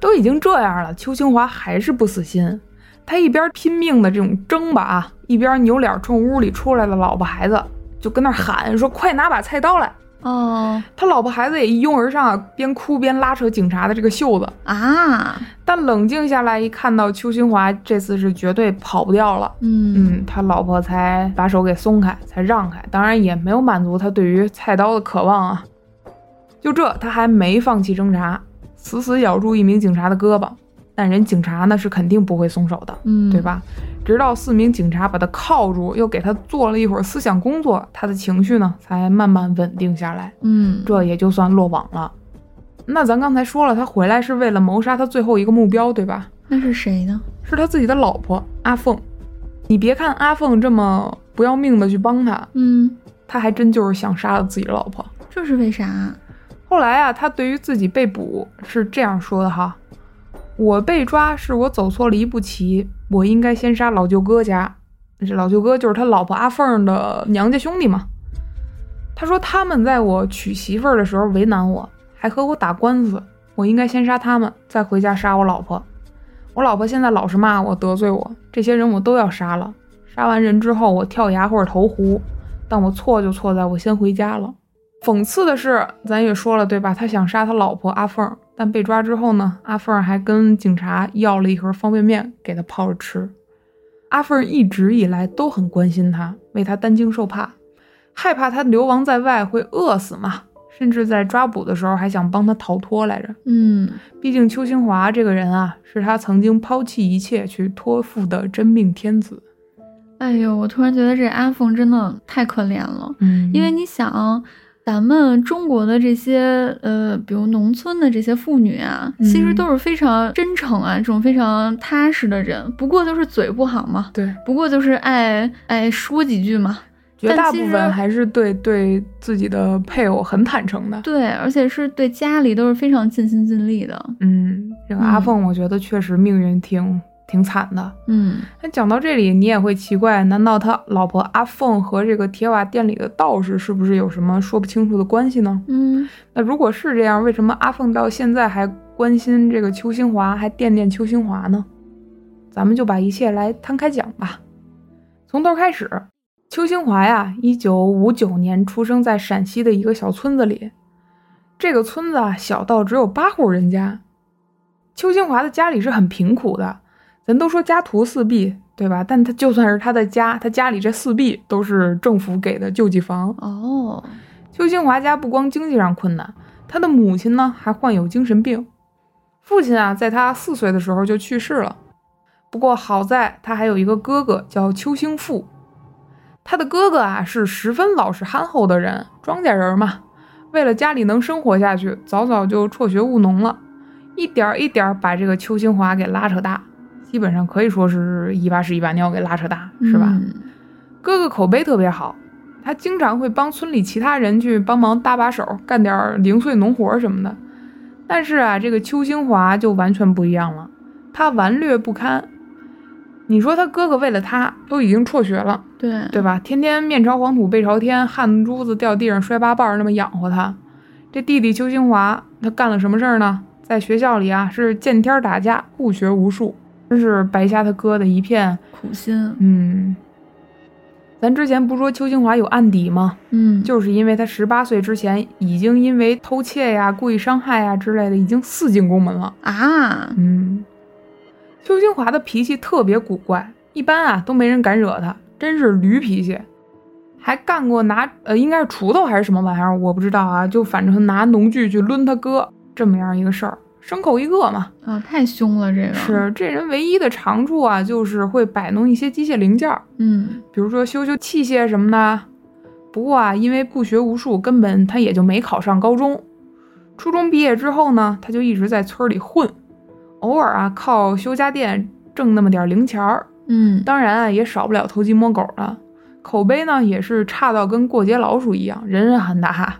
Speaker 1: 都已经这样了，邱清华还是不死心。他一边拼命的这种挣吧啊，一边扭脸冲屋里出来的老婆孩子就跟那儿喊说：“快拿把菜刀来
Speaker 2: 哦！”
Speaker 1: 他老婆孩子也一拥而上啊，边哭边拉扯警察的这个袖子。
Speaker 2: 啊，
Speaker 1: 但冷静下来一看到邱清华这次是绝对跑不掉了，
Speaker 2: 嗯
Speaker 1: 嗯，他老婆才把手给松开，才让开，当然也没有满足他对于菜刀的渴望啊。就这，他还没放弃挣扎，死死咬住一名警察的胳膊。但人警察呢是肯定不会松手的，
Speaker 2: 嗯，
Speaker 1: 对？吧？直到四名警察把他铐住，又给他做了一会儿思想工作，他的情绪呢才慢慢稳定下来，
Speaker 2: 嗯，
Speaker 1: 这也就算落网了。那咱刚才说了，他回来是为了谋杀他最后一个目标，对吧？
Speaker 2: 那是谁呢？
Speaker 1: 是他自己的老婆阿凤。你别看阿凤这么不要命的去帮他，
Speaker 2: 嗯，
Speaker 1: 他还真就是想杀了自己的老婆。
Speaker 2: 这是为啥？
Speaker 1: 后来啊，他对于自己被捕是这样说的哈：“我被抓是我走错了一步棋，我应该先杀老舅哥家。这老舅哥就是他老婆阿凤的娘家兄弟嘛。”他说他们在我娶媳妇儿的时候为难我，还和我打官司，我应该先杀他们，再回家杀我老婆。我老婆现在老是骂我，得罪我，这些人我都要杀了。杀完人之后，我跳崖或者投湖，但我错就错在我先回家了。讽刺的是，咱也说了对吧？他想杀他老婆阿凤，但被抓之后呢，阿凤还跟警察要了一盒方便面给他泡着吃。阿凤一直以来都很关心他，为他担惊受怕，害怕他流亡在外会饿死嘛，甚至在抓捕的时候还想帮他逃脱来着。
Speaker 2: 嗯
Speaker 1: 毕竟邱清华这个人啊，是他曾经抛弃一切去托付的真命天子。
Speaker 2: 哎呦，我突然觉得这阿凤真的太可怜了，
Speaker 1: 嗯
Speaker 2: 因为你想，咱们中国的这些呃，比如农村的这些妇女啊，
Speaker 1: 嗯
Speaker 2: 其实都是非常真诚啊，这种非常踏实的人，不过就是嘴不好嘛，
Speaker 1: 对
Speaker 2: 不过就是爱爱说几句嘛，
Speaker 1: 绝大
Speaker 2: 但
Speaker 1: 部
Speaker 2: 其实
Speaker 1: 分还是对对自己的配偶很坦诚的。
Speaker 2: 对，而且是对家里都是非常尽心尽力的，
Speaker 1: 嗯，这个阿凤，我觉得确实命运挺、挺惨的。
Speaker 2: 嗯
Speaker 1: 那讲到这里，你也会奇怪，难道他老婆阿凤和这个铁瓦店里的道士是不是有什么说不清楚的关系呢？
Speaker 2: 嗯
Speaker 1: 那呃如果是这样，为什么阿凤到现在还关心这个邱兴华，还惦念邱兴华呢？咱们就把一切来摊开讲吧，从头开始。邱兴华呀，一九五九年出生在陕西的一个小村子里，这个村子啊小到只有八户人家。邱兴华的家里是很贫苦的，咱都说家徒四壁，对吧？但他就算是他的家，他家里这四壁都是政府给的救济房，
Speaker 2: 哦，
Speaker 1: 邱清华家不光经济上困难，他的母亲呢还患有精神病，父亲啊在他四岁的时候就去世了。不过好在他还有一个哥哥叫邱兴富，他的哥哥啊是十分老实憨厚的人，庄稼人嘛，为了家里能生活下去，早早就辍学务农了，一点儿一点儿把这个邱清华给拉扯大，基本上可以说是一把屎一把尿给拉扯大，是吧？
Speaker 2: 嗯
Speaker 1: 哥哥口碑特别好，他经常会帮村里其他人去帮忙搭把手，干点儿零碎农活儿什么的。但是啊，这个邱兴华就完全不一样了，他顽劣不堪。你说他哥哥为了他都已经辍学了，
Speaker 2: 对，
Speaker 1: 对吧？天天面朝黄土背朝天，汗珠子掉地上摔八瓣儿，那么养活他。这弟弟邱兴华，他干了什么事儿呢？在学校里啊，是见天儿打架，不学无术，真是白瞎他哥的一片。
Speaker 2: 苦心，
Speaker 1: 嗯，咱之前不说邱清华有案底吗？
Speaker 2: 嗯，
Speaker 1: 就是因为他十八岁之前已经因为偷窃呀、故意伤害呀之类的，已经四进宫门了。
Speaker 2: 啊，
Speaker 1: 嗯，邱清华的脾气特别古怪，一般啊都没人敢惹他，真是驴脾气。还干过拿呃，应该是锄头还是什么玩意儿，我不知道啊。就反正拿农具去抡他哥，这么样一个事儿，牲口一个嘛。
Speaker 2: 啊，太凶了，这个，
Speaker 1: 是这人唯一的长处啊，就是会摆弄一些机械零件儿。
Speaker 2: 嗯
Speaker 1: 比如说修修器械什么的。不过啊，因为不学无术，根本他也就没考上高中。初中毕业之后呢，他就一直在村里混，偶尔啊靠修家电挣那么点零钱儿。
Speaker 2: 嗯，
Speaker 1: 当然啊，也少不了偷鸡摸狗的，口碑呢也是差到跟过街老鼠一样，人人喊打。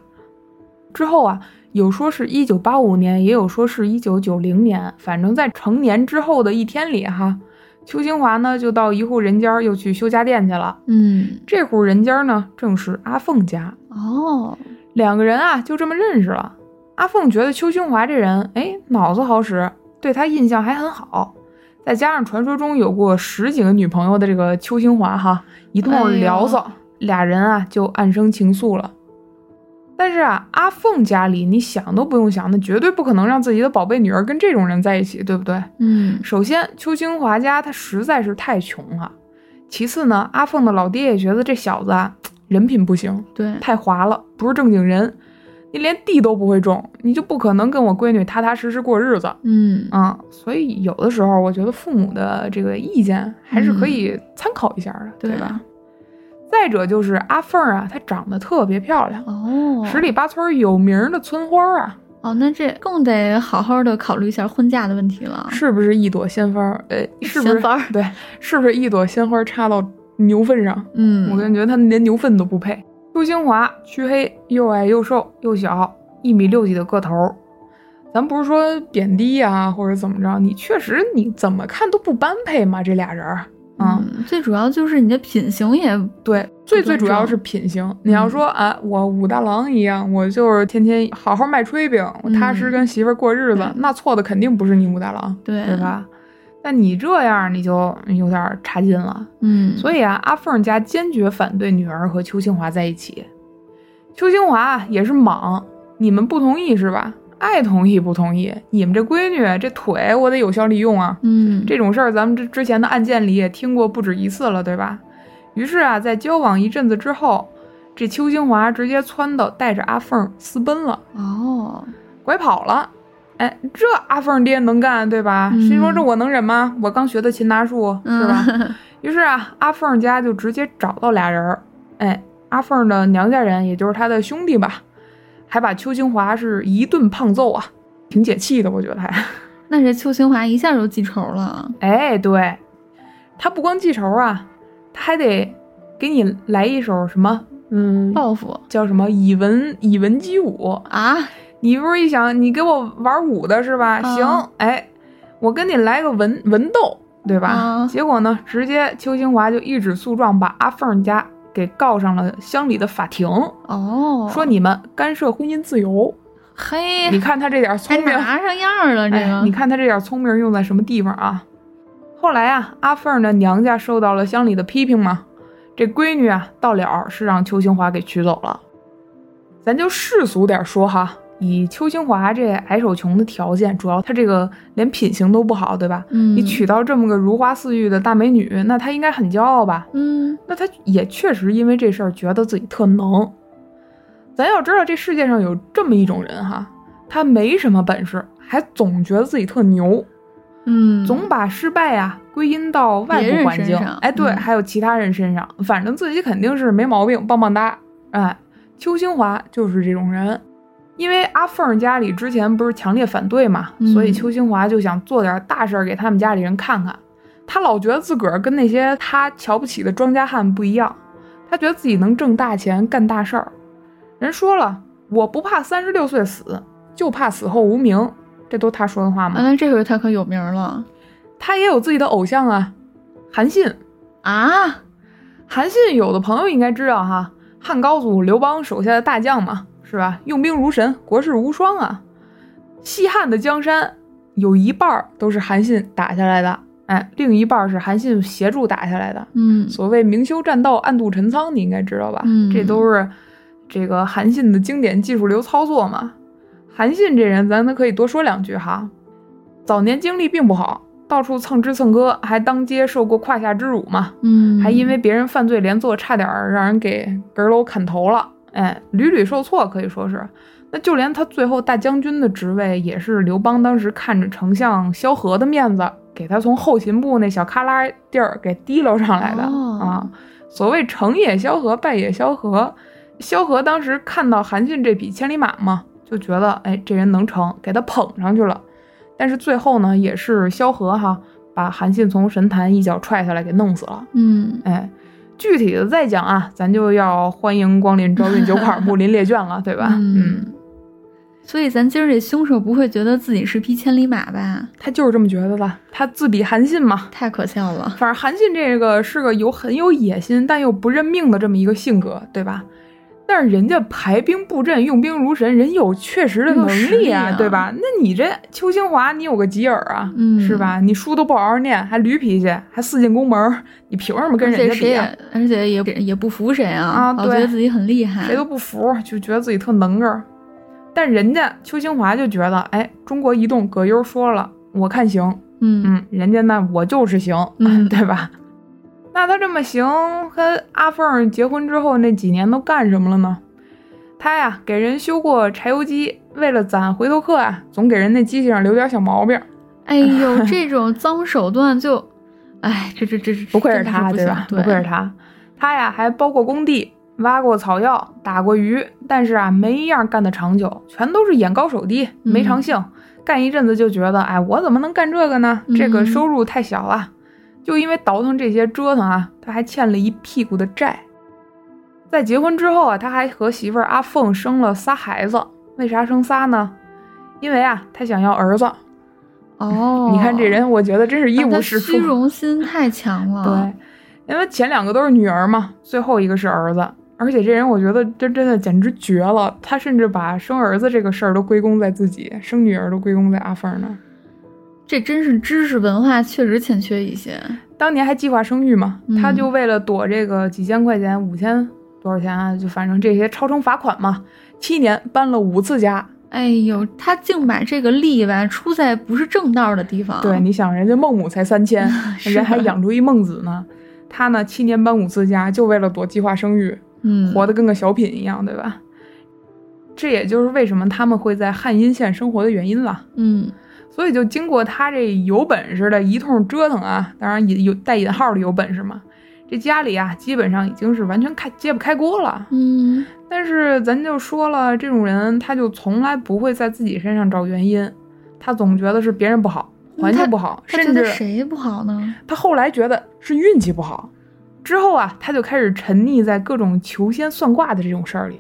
Speaker 1: 之后啊，有说是一九八五年，也有说是一九九零年，反正在成年之后的一天里哈，邱清华呢就到一户人家儿又去修家电去了。
Speaker 2: 嗯，
Speaker 1: 这户人家呢，正是阿凤家。
Speaker 2: 哦，
Speaker 1: 两个人啊，就这么认识了。阿凤觉得邱清华这人，哎，脑子好使，对他印象还很好。再加上传说中有过十几个女朋友的这个邱清华哈，一
Speaker 2: 哎
Speaker 1: 通
Speaker 2: 呦
Speaker 1: 聊骚，俩人啊就暗生情愫了。但是啊，阿凤家里你想都不用想，那绝对不可能让自己的宝贝女儿跟这种人在一起，对不对？
Speaker 2: 嗯
Speaker 1: 首先，邱清华家他实在是太穷了。其次呢，阿凤的老爹也觉得这小子啊，人品不行，
Speaker 2: 对，
Speaker 1: 太滑了，不是正经人。你连地都不会种，你就不可能跟我闺女踏踏实实过日子。
Speaker 2: 嗯
Speaker 1: 啊、所以有的时候我觉得父母的这个意见还是可以参考一下的，
Speaker 2: 对
Speaker 1: 对吧？再者就是阿凤儿啊，她长得特别漂亮，
Speaker 2: 哦，
Speaker 1: 十里八村有名儿的村花儿啊，
Speaker 2: 哦，那这更得好好的考虑一下婚嫁的问题了。
Speaker 1: 是不是一朵鲜花儿？呃，是不是
Speaker 2: 啊鲜花儿
Speaker 1: 对，是不是一朵鲜花插到牛粪上？
Speaker 2: 嗯，
Speaker 1: 我个人觉得他连牛粪都不配。朱兴华黢黑，又矮又瘦又小，一米六几的个头儿。咱不是说贬低啊，或者怎么着，你确实你怎么看都不般配嘛，这俩人儿啊、
Speaker 2: 嗯，最主要就是你的品行也
Speaker 1: 对，最最
Speaker 2: 尊
Speaker 1: 主要
Speaker 2: 重
Speaker 1: 是品
Speaker 2: 嗯
Speaker 1: 行。你要说啊，我武大郎一样，我就是天天好好卖炊饼，我踏实
Speaker 2: 嗯
Speaker 1: 跟媳妇儿过日子，那错的肯定不是你武大郎，
Speaker 2: 对
Speaker 1: 对？吧？那你这样你就有点差劲了。
Speaker 2: 嗯，
Speaker 1: 所以啊，阿凤家坚决反对女儿和邱清华在一起。邱清华啊也是莽，你们不同意是吧？爱同意不同意，你们这闺女这腿我得有效利用啊！
Speaker 2: 嗯，
Speaker 1: 这种事儿咱们之之前的案件里也听过不止一次了，对吧？于是啊，在交往一阵子之后，这邱清华直接撺掇带着阿凤私奔了，
Speaker 2: 哦，
Speaker 1: 拐跑了。哎，这阿凤爹能干对吧？心说
Speaker 2: 嗯
Speaker 1: 这我能忍吗？我刚学的擒拿术是吧？
Speaker 2: 嗯
Speaker 1: 于是啊，阿凤家就直接找到俩人儿，哎，阿凤的娘家人，也就是她的兄弟吧，还把邱清华是一顿胖揍啊，挺解气的，我觉得还。
Speaker 2: 那这邱清华一下就记仇了。
Speaker 1: 哎，对，他不光记仇啊，他还得给你来一首什么，嗯，
Speaker 2: 报复
Speaker 1: 叫什么以文以文击武。
Speaker 2: 啊！
Speaker 1: 你不是一想你给我玩武的是吧？
Speaker 2: 嗯
Speaker 1: 行，哎，我跟你来个文文斗，对吧？
Speaker 2: 嗯
Speaker 1: 结果呢，直接邱清华就一纸诉状把阿凤家给告上了乡里的法庭，
Speaker 2: 哦，
Speaker 1: 说你们干涉婚姻自由。
Speaker 2: 嘿，
Speaker 1: 你看他这点
Speaker 2: 还
Speaker 1: 聪明，
Speaker 2: 拿上样儿了，这
Speaker 1: 哎
Speaker 2: 个，
Speaker 1: 你看他这点聪明用在什么地方啊？后来啊，阿凤的娘家受到了乡里的批评嘛，这闺女啊，到了是让邱清华给娶走了。咱就世俗点说哈，以邱清华这矮手穷的条件，主要她这个连品行都不好，对吧？
Speaker 2: 嗯，
Speaker 1: 你娶到这么个如花似玉的大美女，那她应该很骄傲吧？
Speaker 2: 嗯，
Speaker 1: 那她也确实因为这事儿觉得自己特能。咱要知道，这世界上有这么一种人哈，他没什么本事，还总觉得自己特牛，
Speaker 2: 嗯，
Speaker 1: 总把失败呀、归因到外
Speaker 2: 别
Speaker 1: 部
Speaker 2: 人
Speaker 1: 环
Speaker 2: 身
Speaker 1: 境
Speaker 2: 上，
Speaker 1: 哎，对，
Speaker 2: 嗯
Speaker 1: 还有其他人身上，反正自己肯定是没毛病，棒棒哒。哎，邱清华就是这种人，因为阿凤家里之前不是强烈反对嘛，
Speaker 2: 嗯
Speaker 1: 所以邱清华就想做点大事儿给他们家里人看看。他老觉得自个儿跟那些他瞧不起的庄稼汉不一样，他觉得自己能挣大钱干大事儿。人说了，我不怕三十六岁死，就怕死后无名，这都他说的话吗？
Speaker 2: 啊，那这回他可有名儿了
Speaker 1: 他也有自己的偶像啊，韩信。
Speaker 2: 啊！
Speaker 1: 韩信有的朋友应该知道哈，汉高祖刘邦手下的大将嘛，是吧？用兵如神，国士无双啊。西汉的江山有一半儿都是韩信打下来的，哎，另一半儿是韩信协助打下来的。
Speaker 2: 嗯，
Speaker 1: 所谓明修栈道，暗度陈仓，你应该知道吧？
Speaker 2: 嗯
Speaker 1: 这都是这个韩信的经典技术流操作嘛。韩信这人，咱都可以多说两句哈。早年经历并不好，到处蹭吃蹭喝，还当街受过胯下之辱嘛，
Speaker 2: 嗯，
Speaker 1: 还因为别人犯罪连坐，差点儿让人给阁楼砍头了。哎，屡屡受挫，可以说是。那就连他最后大将军的职位，也是刘邦当时看着丞相萧何的面子，给他从后勤部那小旮旯地儿给提溜上来的、
Speaker 2: 哦
Speaker 1: 啊。所谓成也萧何，败也萧何。萧何当时看到韩信这匹千里马嘛，就觉得哎，这人能成，给他捧上去了。但是最后呢，也是萧何哈把韩信从神坛一脚踹下来给弄死了。
Speaker 2: 嗯
Speaker 1: 哎，具体的再讲啊，咱就要欢迎光临招运酒馆、木林列卷了，对吧？嗯，
Speaker 2: 嗯，所以咱今儿这凶手不会觉得自己是匹千里马吧？
Speaker 1: 他就是这么觉得的，他自比韩信嘛。
Speaker 2: 太可笑了。
Speaker 1: 反正韩信这个是个有很有野心但又不认命的这么一个性格，对吧？但是人家排兵布阵、用兵如神，人有确实的
Speaker 2: 有
Speaker 1: 能
Speaker 2: 实
Speaker 1: 力
Speaker 2: 力
Speaker 1: 啊，
Speaker 2: 啊
Speaker 1: 对吧？那你这邱清华，你有个吉尔啊，
Speaker 2: 嗯
Speaker 1: 是吧？你书都不好好念，还驴脾气，还四进宫门儿，你凭什么跟
Speaker 2: 而且
Speaker 1: 人家
Speaker 2: 谁
Speaker 1: 比、
Speaker 2: 也
Speaker 1: 啊？，
Speaker 2: 而且也也不服谁啊，
Speaker 1: 啊
Speaker 2: 老
Speaker 1: 对
Speaker 2: 觉得自己很厉害，
Speaker 1: 谁都不服，就觉得自己特能个儿。但人家邱清华就觉得，哎，中国移动葛优说了，我看行，
Speaker 2: 嗯
Speaker 1: 嗯，人家那我就是行，
Speaker 2: 嗯
Speaker 1: 对吧？那他这么行，和阿凤儿结婚之后那几年都干什么了呢？他呀给人修过柴油机，为了攒回头客啊，总给人那机器上留点小毛病。
Speaker 2: 哎 呦，这种脏手段就，哎，这这这这
Speaker 1: 不愧是
Speaker 2: 真的
Speaker 1: 他，
Speaker 2: 不
Speaker 1: 对
Speaker 2: 行
Speaker 1: 吧？
Speaker 2: 对，
Speaker 1: 不愧是他，他呀还包过工地，挖过草药，打过鱼，但是啊，没一样干得长久，全都是眼高手低，没
Speaker 2: 嗯
Speaker 1: 长性。干一阵子就觉得，哎，我怎么能干这个呢？这个
Speaker 2: 嗯
Speaker 1: 收入太小了。就因为倒腾这些折腾啊，他还欠了一屁股的债。在结婚之后啊，他还和媳妇儿阿凤生了仨孩子。为啥生仨呢？因为啊，他想要儿子。
Speaker 2: 哦，
Speaker 1: 你看这人，我觉得真是一
Speaker 2: 啊他
Speaker 1: 无是处。
Speaker 2: 虚荣心太强了。
Speaker 1: 对，因为前两个都是女儿嘛，最后一个是儿子，而且这人我觉得真真的简直绝了，他甚至把生儿子这个事儿都归功在自己，生女儿都归功在阿凤那儿。
Speaker 2: 这真是知识文化确实欠缺一些。
Speaker 1: 当年还计划生育嘛，
Speaker 2: 嗯
Speaker 1: 他就为了躲这个几千块钱、五千多少钱啊，就反正这些超程罚款嘛，七年搬了五次家。
Speaker 2: 哎呦，他竟把这个利吧出在不是正道的地方。，
Speaker 1: 对，你想人家孟母才三千
Speaker 2: 啊 是
Speaker 1: 人还养出一孟子呢，他呢七年搬五次家，就为了躲计划生育。
Speaker 2: 嗯，
Speaker 1: 活得跟个小品一样，对吧？这也就是为什么他们会在汉阴县生活的原因了。
Speaker 2: 嗯，
Speaker 1: 所以就经过他这有本事的一通折腾啊，当然也有带引号的有本事嘛。这家里啊，基本上已经是完全开揭不开锅了。
Speaker 2: 嗯，
Speaker 1: 但是咱就说了，这种人他就从来不会在自己身上找原因，他总觉得是别人不好，
Speaker 2: 嗯
Speaker 1: 环境不好，
Speaker 2: 他觉
Speaker 1: 甚
Speaker 2: 得
Speaker 1: 至
Speaker 2: 谁不好呢？
Speaker 1: 他后来觉得是运气不好，之后啊，他就开始沉溺在各种求仙算卦的这种事儿里。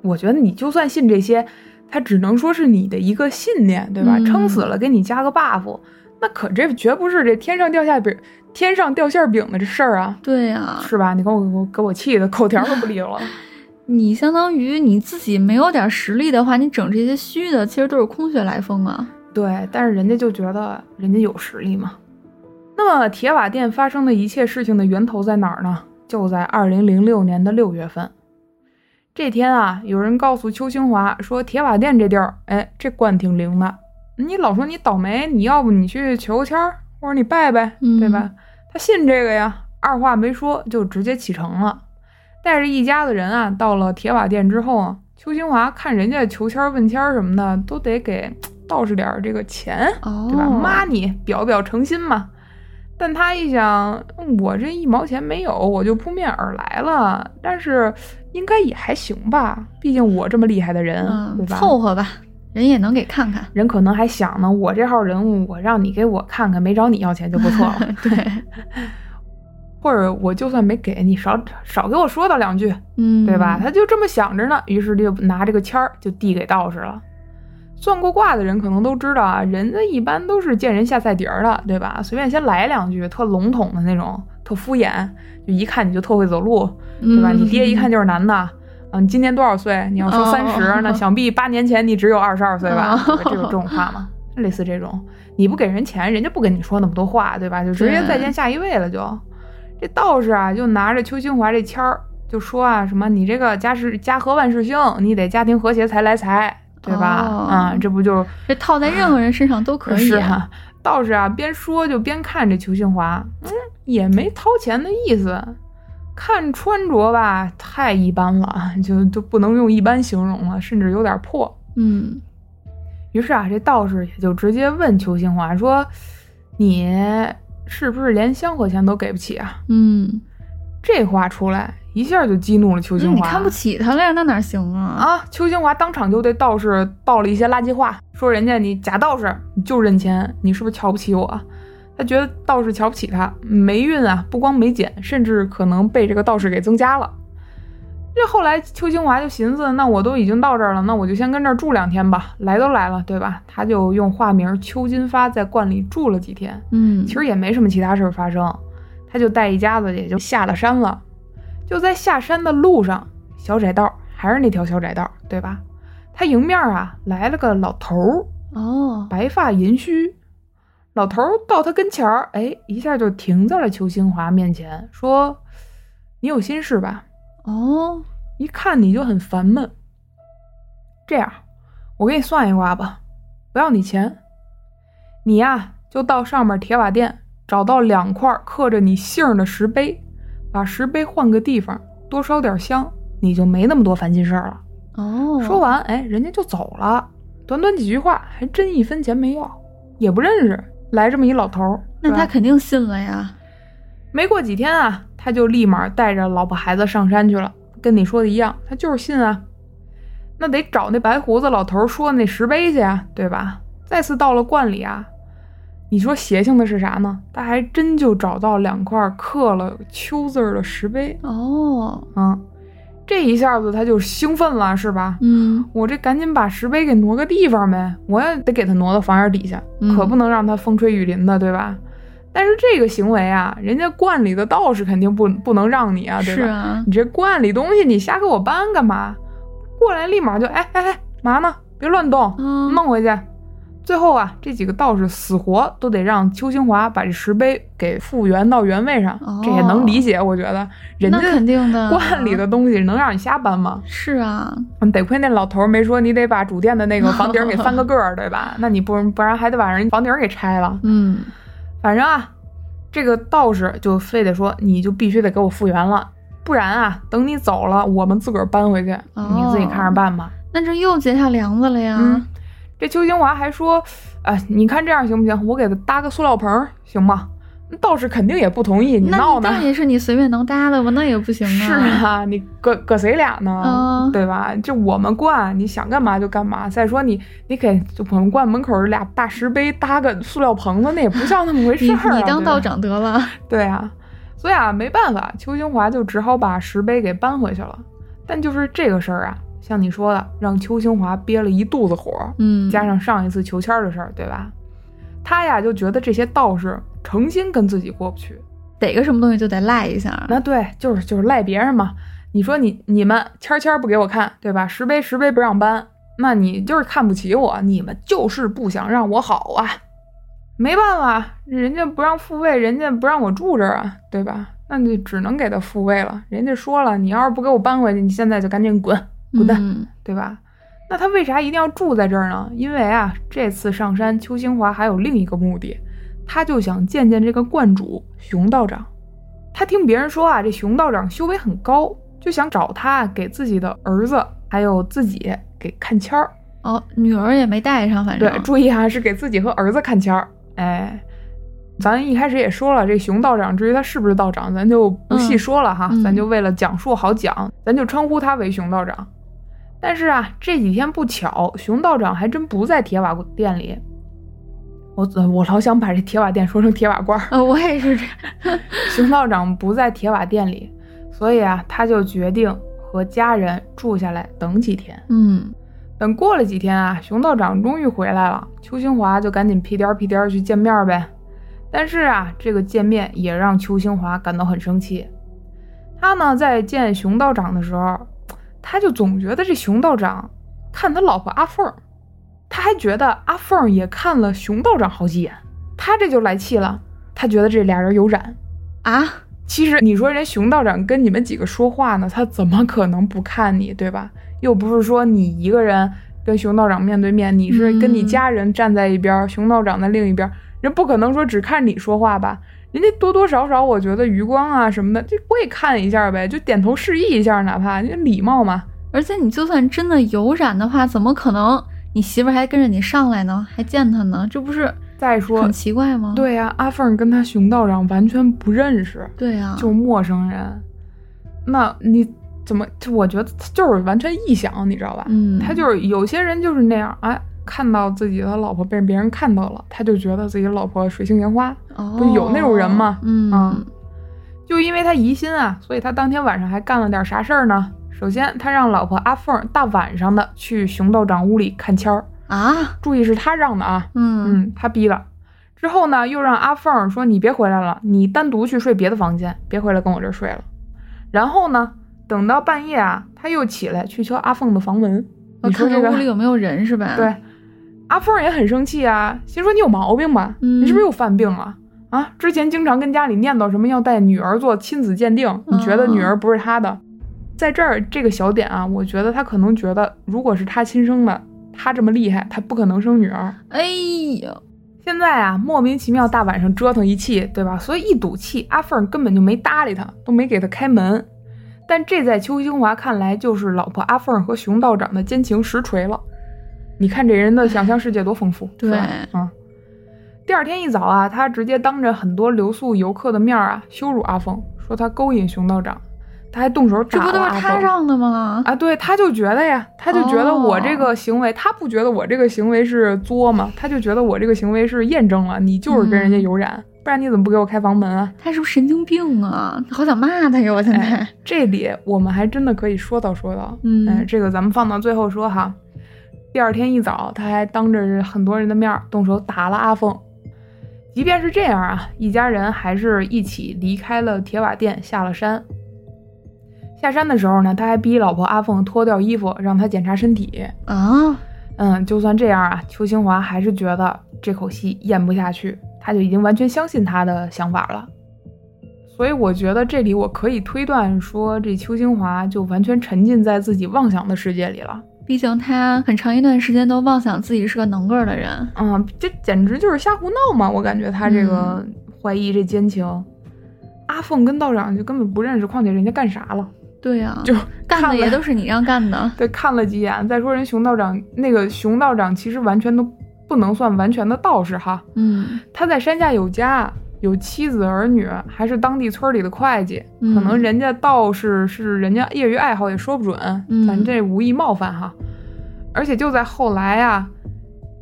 Speaker 1: 我觉得你就算信这些，他只能说是你的一个信念，对吧？
Speaker 2: 嗯
Speaker 1: 撑死了给你加个 buff，那可这绝不是这天上掉馅饼，天上掉馅饼的这事儿啊，
Speaker 2: 对呀、
Speaker 1: 是吧？你给我给我给我气的口条都不理我了。
Speaker 2: 你相当于你自己没有点实力的话，你整这些虚的，其实都是空穴来风啊。
Speaker 1: 对，但是人家就觉得人家有实力嘛。那么铁瓦店发生的一切事情的源头在哪儿呢？就在二零零六年的六月份，这天啊，有人告诉邱清华说，铁瓦店这地儿，哎，这quan 挺灵的。你老说你倒霉，你要不你去求个签儿，或者你拜拜，
Speaker 2: 嗯
Speaker 1: 对吧？他信这个呀，二话没说就直接启程了，带着一家子人啊，到了铁瓦店之后啊，邱清华看人家求签儿问签儿什么的，都得给道士点儿这个钱，
Speaker 2: 哦，
Speaker 1: 对吧？妈你表表诚心嘛。但他一想，嗯我这一毛钱没有，我就扑面而来了。但是应该也还行吧，毕竟我这么厉害的人，
Speaker 2: 嗯
Speaker 1: 对，吧？
Speaker 2: 凑合吧，人也能给看看。
Speaker 1: 人可能还想呢，我这号人物，我让你给我看看，没找你要钱就不错了。
Speaker 2: 对，
Speaker 1: 或者我就算没给你，少少给我说道两句，
Speaker 2: 嗯，
Speaker 1: 对吧？？他就这么想着呢，于是就拿这个签儿就递给道士了。算过卦的人可能都知道啊，人家一般都是见人下菜碟儿的，对吧？随便先来两句，特笼统的那种，特敷衍，就一看你就特会走路，对吧？
Speaker 2: 嗯
Speaker 1: 你爹一看就是男的。啊，你今年多少岁？你要说
Speaker 2: 哦
Speaker 1: 三 十、那想必八年前你只有二十二岁吧？
Speaker 2: 哦
Speaker 1: 对吧这种这种话嘛，类似这种，你不给人钱，人家不跟你说那么多话，对吧？就直接
Speaker 2: 对
Speaker 1: 再见下一位了就。这道士啊，就拿着邱清华这签儿，就说啊，什么你这个家是家和万事兴，你得家庭和谐才来财，对吧？
Speaker 2: 哦
Speaker 1: 啊、这不就
Speaker 2: 这套在任何人身上都可以。
Speaker 1: 是啊，道士啊，边说就边看这邱清华，嗯，也没掏钱的意思。看穿着吧，太一般了， 就都不能用一般形容了，甚至有点破。
Speaker 2: 嗯，
Speaker 1: 于是啊，这道士也就直接问邱清华说：“你是不是连香火钱都给不起啊
Speaker 2: 嗯，？”
Speaker 1: 这话出来，一下就激怒了邱清华。
Speaker 2: 嗯，你看不起他了呀，那哪行啊？啊，
Speaker 1: 啊！邱清华当场就对道士道了一些垃圾话，说人家你假道士，你就认钱，你是不是瞧不起我？他觉得道士瞧不起他，霉运啊，不光没减，甚至可能被这个道士给增加了。这后来邱清华就寻思，那我都已经到这儿了，那我就先跟这儿住两天吧，来都来了，对吧？他就用化名邱金发在观里住了几天，
Speaker 2: 嗯，
Speaker 1: 其实也没什么其他事儿发生，他就带一家子也就下了山了。就在下山的路上，小窄道还是那条小窄道，对吧？他迎面啊来了个老头儿，
Speaker 2: 哦，
Speaker 1: 白发银须。老头儿到他跟前儿，哎，一下就停在了邱清华面前，说：“你有心事吧？
Speaker 2: 哦，
Speaker 1: 一看你就很烦闷。这样，我给你算一卦吧，不要你钱，你呀、就到上面铁瓦店找到两块刻着你姓儿的石碑，把石碑换个地方，多烧点香，你就没那么多烦心事儿了。
Speaker 2: 哦，
Speaker 1: 说完，哎，人家就走了，短短几句话，还真一分钱没要，也不认识。来这么一老头儿，
Speaker 2: 那
Speaker 1: 是
Speaker 2: 他
Speaker 1: 吧
Speaker 2: 肯定信了呀。
Speaker 1: 没过几天啊，他就立马带着老婆孩子上山去了。跟你说的一样，他就是信啊。那得找那白胡子老头儿说那石碑去啊，对吧？再次到了观里啊，你说邪性的是啥呢？他还真就找到两块刻了“秋”字儿的石碑
Speaker 2: 哦，
Speaker 1: 啊，这一下子他就兴奋了，是吧？
Speaker 2: 嗯，
Speaker 1: 我这赶紧把石碑给挪个地方呗，我也得给它挪到房檐底下，
Speaker 2: 嗯
Speaker 1: 可不能让它风吹雨淋的，对吧？但是这个行为啊，人家观里的道士肯定不不能让你啊，对
Speaker 2: 是
Speaker 1: 吧？
Speaker 2: 啊，
Speaker 1: 你这观里东西你瞎给我搬干嘛？过来立马就哎哎哎，嘛呢？别乱动，
Speaker 2: 嗯
Speaker 1: 弄回去。最后啊，这几个道士死活都得让邱清华把这石碑给复原到原位上，这也能理解，我觉得人
Speaker 2: 哦那
Speaker 1: 家
Speaker 2: 肯定啊的
Speaker 1: 观里的东西能让你瞎搬吗？
Speaker 2: 是啊，
Speaker 1: 嗯，得亏那老头儿没说你得把主殿的那个房顶儿给翻个个 儿，对吧？那你不不然还得把人房顶儿给拆了。
Speaker 2: 嗯，
Speaker 1: 反正啊，这个道士就非得说，你就必须得给我复原了，不然啊，等你走了，我们自个儿搬回去，
Speaker 2: 哦
Speaker 1: 你自己看着办吧。
Speaker 2: 那这又结下梁子了呀。
Speaker 1: 嗯，这邱清华还说，啊、你看这样行不行？我给他搭个塑料棚儿，行吗？道士肯定也不同意，你
Speaker 2: 那
Speaker 1: 闹
Speaker 2: 你
Speaker 1: 呢
Speaker 2: 这。也是你随便能搭的吧？那也不行啊。
Speaker 1: 是啊，你搁搁谁俩呢？
Speaker 2: 嗯
Speaker 1: 对吧？就我们观，你想干嘛就干嘛。再说你，你给我们观门口儿俩大石碑搭个塑料棚子，那 也不像那么回
Speaker 2: 你
Speaker 1: 事儿、啊。
Speaker 2: 你当
Speaker 1: 对吧
Speaker 2: 道长得了。
Speaker 1: 对啊，所以啊，没办法，邱清华就只好把石碑给搬回去了。但就是这个事儿啊，像你说的，让邱清华憋了一肚子火。
Speaker 2: 嗯，
Speaker 1: 加上上一次求签儿的事儿，对吧？他呀就觉得这些道士诚心跟自己过不去，
Speaker 2: 逮个什么东西就得赖一下。
Speaker 1: 那对，就是就是赖别人嘛。你说你你们签儿签儿不给我看，对吧？石碑石碑不让搬，那你就是看不起我，你们就是不想让我好啊。没办法，人家不让复位，人家不让我住这儿啊，对吧？那就只能给他复位了。人家说了，你要是不给我搬回去，你现在就赶紧滚滚蛋。
Speaker 2: 嗯
Speaker 1: 对吧？那他为啥一定要住在这儿呢？因为啊，这次上山，邱清华还有另一个目的，他就想见见这个观主熊道长。他听别人说啊，这熊道长修为很高，就想找他给自己的儿子还有自己给看签儿。
Speaker 2: 哦，女儿也没带上，反正
Speaker 1: 对，注意啊，是给自己和儿子看签儿。哎，咱一开始也说了，这熊道长，至于他是不是道长，咱就不细说了哈，
Speaker 2: 嗯嗯
Speaker 1: 咱就为了讲述好讲，咱就称呼他为熊道长。但是啊，这几天不巧，熊道长还真不在铁瓦店里。我我老想把这铁瓦店说成铁瓦罐儿，
Speaker 2: 呃，我也是这，
Speaker 1: 熊道长不在铁瓦店里，所以啊，他就决定和家人住下来等几天。
Speaker 2: 嗯
Speaker 1: 等过了几天啊，熊道长终于回来了，邱清华就赶紧屁颠儿屁颠儿去见面儿呗。但是啊，这个见面也让邱清华感到很生气。他呢，在见熊道长的时候，他就总觉得这熊道长看他老婆阿凤儿，他还觉得阿凤儿也看了熊道长好几眼，他这就来气了，他觉得这俩人有染。
Speaker 2: 啊，
Speaker 1: 其实你说人熊道长跟你们几个说话呢，他怎么可能不看你，对吧？又不是说你一个人跟熊道长面对面，你是跟你家人站在一边，
Speaker 2: 嗯
Speaker 1: 熊道长在另一边，人不可能说只看你说话吧？人家多多少少，我觉得余光啊什么的，这我也看一下呗，就点头示意一下，哪怕就礼貌嘛。
Speaker 2: 而且你就算真的有染的话，怎么可能你媳妇儿还跟着你上来呢，还见他呢？这不是
Speaker 1: 再说
Speaker 2: 很，奇怪吗？
Speaker 1: 对呀、阿凤跟他熊道长完全不认识，
Speaker 2: 对啊，
Speaker 1: 就是陌生人，那你怎么？就我觉得他就是完全臆想，你知道吧？
Speaker 2: 嗯，
Speaker 1: 他就是有些人就是那样，哎，看到自己的老婆被别人看到了，他就觉得自己老婆水性杨花，
Speaker 2: 哦
Speaker 1: 不是有那种人吗
Speaker 2: 嗯
Speaker 1: 嗯就因为他疑心啊，所以他当天晚上还干了点啥事儿呢？首先，他让老婆阿凤大晚上的去熊道长屋里看签儿，
Speaker 2: 啊，
Speaker 1: 注意是他让的啊，
Speaker 2: 嗯
Speaker 1: 嗯，他逼的。之后呢，又让阿凤说你别回来了，你单独去睡别的房间，别回来跟我这儿睡了。然后呢，等到半夜啊，他又起来去敲阿凤的房门，
Speaker 2: 我
Speaker 1: 你说
Speaker 2: 啊
Speaker 1: 这
Speaker 2: 看看
Speaker 1: 个
Speaker 2: 屋里有没有人是吧？
Speaker 1: 对，，阿凤儿也很生气啊，心说你有毛病吧？
Speaker 2: 嗯
Speaker 1: 你是不是又犯病了？啊，之前经常跟家里念叨什么要带女儿做亲子鉴定，你觉得女儿不是他的，在这儿这个小点啊，我觉得他可能觉得，如果是他亲生的，他这么厉害，他不可能生女儿。
Speaker 2: 哎呦，
Speaker 1: 现在啊，莫名其妙大晚上折腾一气，对吧？所以一赌气，阿凤根本就没搭理他，都没给他开门。但这在邱兴华看来，就是老婆阿凤和熊道长的奸情实锤了。你看这人的想象世界多丰富，
Speaker 2: 对
Speaker 1: 是吧啊。第二天一早啊，他直接当着很多留宿游客的面儿啊，羞辱阿凤，说他勾引熊道长，他还动手
Speaker 2: 这
Speaker 1: 打
Speaker 2: 不
Speaker 1: 了
Speaker 2: 都
Speaker 1: 阿
Speaker 2: 是他
Speaker 1: 凤
Speaker 2: 让的吗？
Speaker 1: 啊，对，他就觉得呀，他就觉得我这
Speaker 2: 哦
Speaker 1: 个行为，他不觉得我这个行为是作嘛，他就觉得我这个行为是验证了你就是跟人
Speaker 2: 嗯
Speaker 1: 家有染，不然你怎么不给我开房门啊？
Speaker 2: 他是不是神经病啊？好想骂他呀！我现在、
Speaker 1: 哎这里我们还真的可以说道说道，
Speaker 2: 嗯
Speaker 1: 哎，这个咱们放到最后说哈。第二天一早，他还当着很多人的面儿动手打了阿凤。即便是这样啊，一家人还是一起离开了铁瓦店，下了山。下山的时候呢，他还逼老婆阿凤脱掉衣服，让她检查身体。
Speaker 2: 啊，
Speaker 1: 嗯，就算这样啊，邱兴华还是觉得这口戏咽不下去，他就已经完全相信他的想法了。所以我觉得这里我可以推断说，这邱兴华就完全沉浸在自己妄想的世界里了。
Speaker 2: 毕竟他很长一段时间都妄想自己是个能个儿的人。
Speaker 1: 嗯，这简直就是瞎胡闹嘛！我感觉他这个怀疑这奸情，阿凤跟道长就根本不认识，况且人家干啥了？
Speaker 2: 对呀、
Speaker 1: 就
Speaker 2: 干
Speaker 1: 看
Speaker 2: 的也
Speaker 1: 了
Speaker 2: 都是你让干的。
Speaker 1: 对，看了几眼。再说人熊道长，那个熊道长其实完全都不能算完全的道士哈，
Speaker 2: 嗯，
Speaker 1: 他在山下有家，有妻子儿女，还是当地村里的会计，
Speaker 2: 嗯
Speaker 1: 可能人家道士是人家业余爱好也说不准，
Speaker 2: 嗯
Speaker 1: 咱这无意冒犯哈。而且就在后来啊，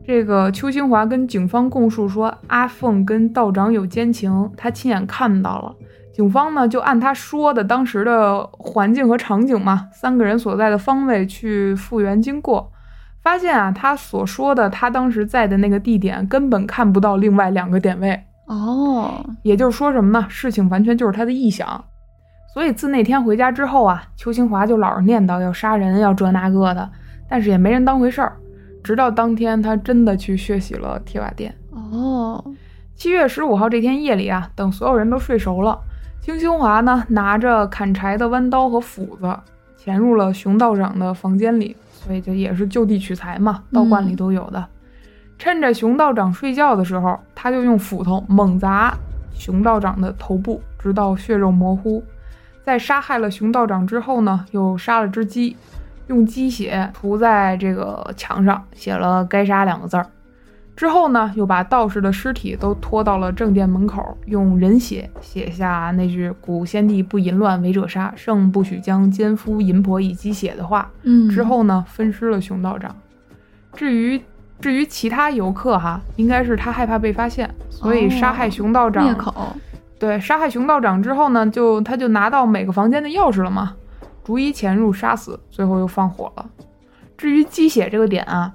Speaker 1: 这个邱兴华跟警方供述说，阿凤跟道长有奸情，他亲眼看到了。警方呢就按他说的当时的环境和场景嘛，三个人所在的方位去复原经过，发现啊他所说的他当时在的那个地点根本看不到另外两个点位，
Speaker 2: 哦，
Speaker 1: 也就是说什么呢？事情完全就是他的臆想。所以自那天回家之后啊，邱清华就老是念叨要杀人，要这那个的，但是也没人当回事儿。直到当天他真的去血洗了铁瓦店。
Speaker 2: 哦，
Speaker 1: 七月十五号这天夜里啊，等所有人都睡熟了，金兴华呢拿着砍柴的弯刀和斧子，潜入了熊道长的房间里，所以就也是就地取材嘛，道观里都有的。趁着熊道长睡觉的时候，他就用斧头猛砸熊道长的头部，直到血肉模糊。在杀害了熊道长之后呢，又杀了只鸡，用鸡血涂在这个墙上，写了“该杀”两个字儿。之后呢，又把道士的尸体都拖到了正殿门口，用人血写下那句“古先帝不淫乱，违者杀，圣不许将奸夫淫婆以鸡血”的话。
Speaker 2: 嗯，
Speaker 1: 之后呢，分尸了熊道长。至于至于其他游客哈，应该是他害怕被发现，所以
Speaker 2: 哦
Speaker 1: 杀害熊道长
Speaker 2: 灭口。
Speaker 1: 对，杀害熊道长之后呢，就他就拿到每个房间的钥匙了嘛，逐一潜入杀死，最后又放火了。至于鸡血这个点啊，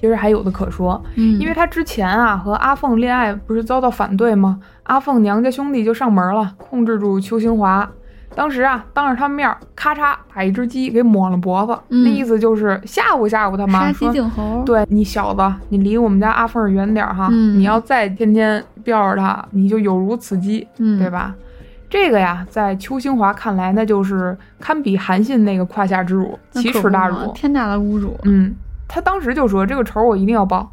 Speaker 1: 其实还有的可说，
Speaker 2: 嗯，
Speaker 1: 因为他之前啊和阿凤恋爱不是遭到反对吗？阿凤娘家兄弟就上门了，控制住邱兴华。当时啊，当着他面儿咔嚓把一只鸡给抹了脖子，
Speaker 2: 嗯
Speaker 1: 那意思就是吓唬吓唬他妈，
Speaker 2: 杀鸡
Speaker 1: 说
Speaker 2: 儆猴。，
Speaker 1: 对你小子，你离我们家阿凤儿远点儿哈！
Speaker 2: 嗯
Speaker 1: 你要再天天吊着他，你就有如此鸡，
Speaker 2: 嗯，
Speaker 1: 对？吧？这个呀，在邱兴华看来，那就是堪比韩信那个胯下之辱，奇耻大辱。
Speaker 2: 天大的侮辱。
Speaker 1: 嗯，他当时就说这个仇我一定要报。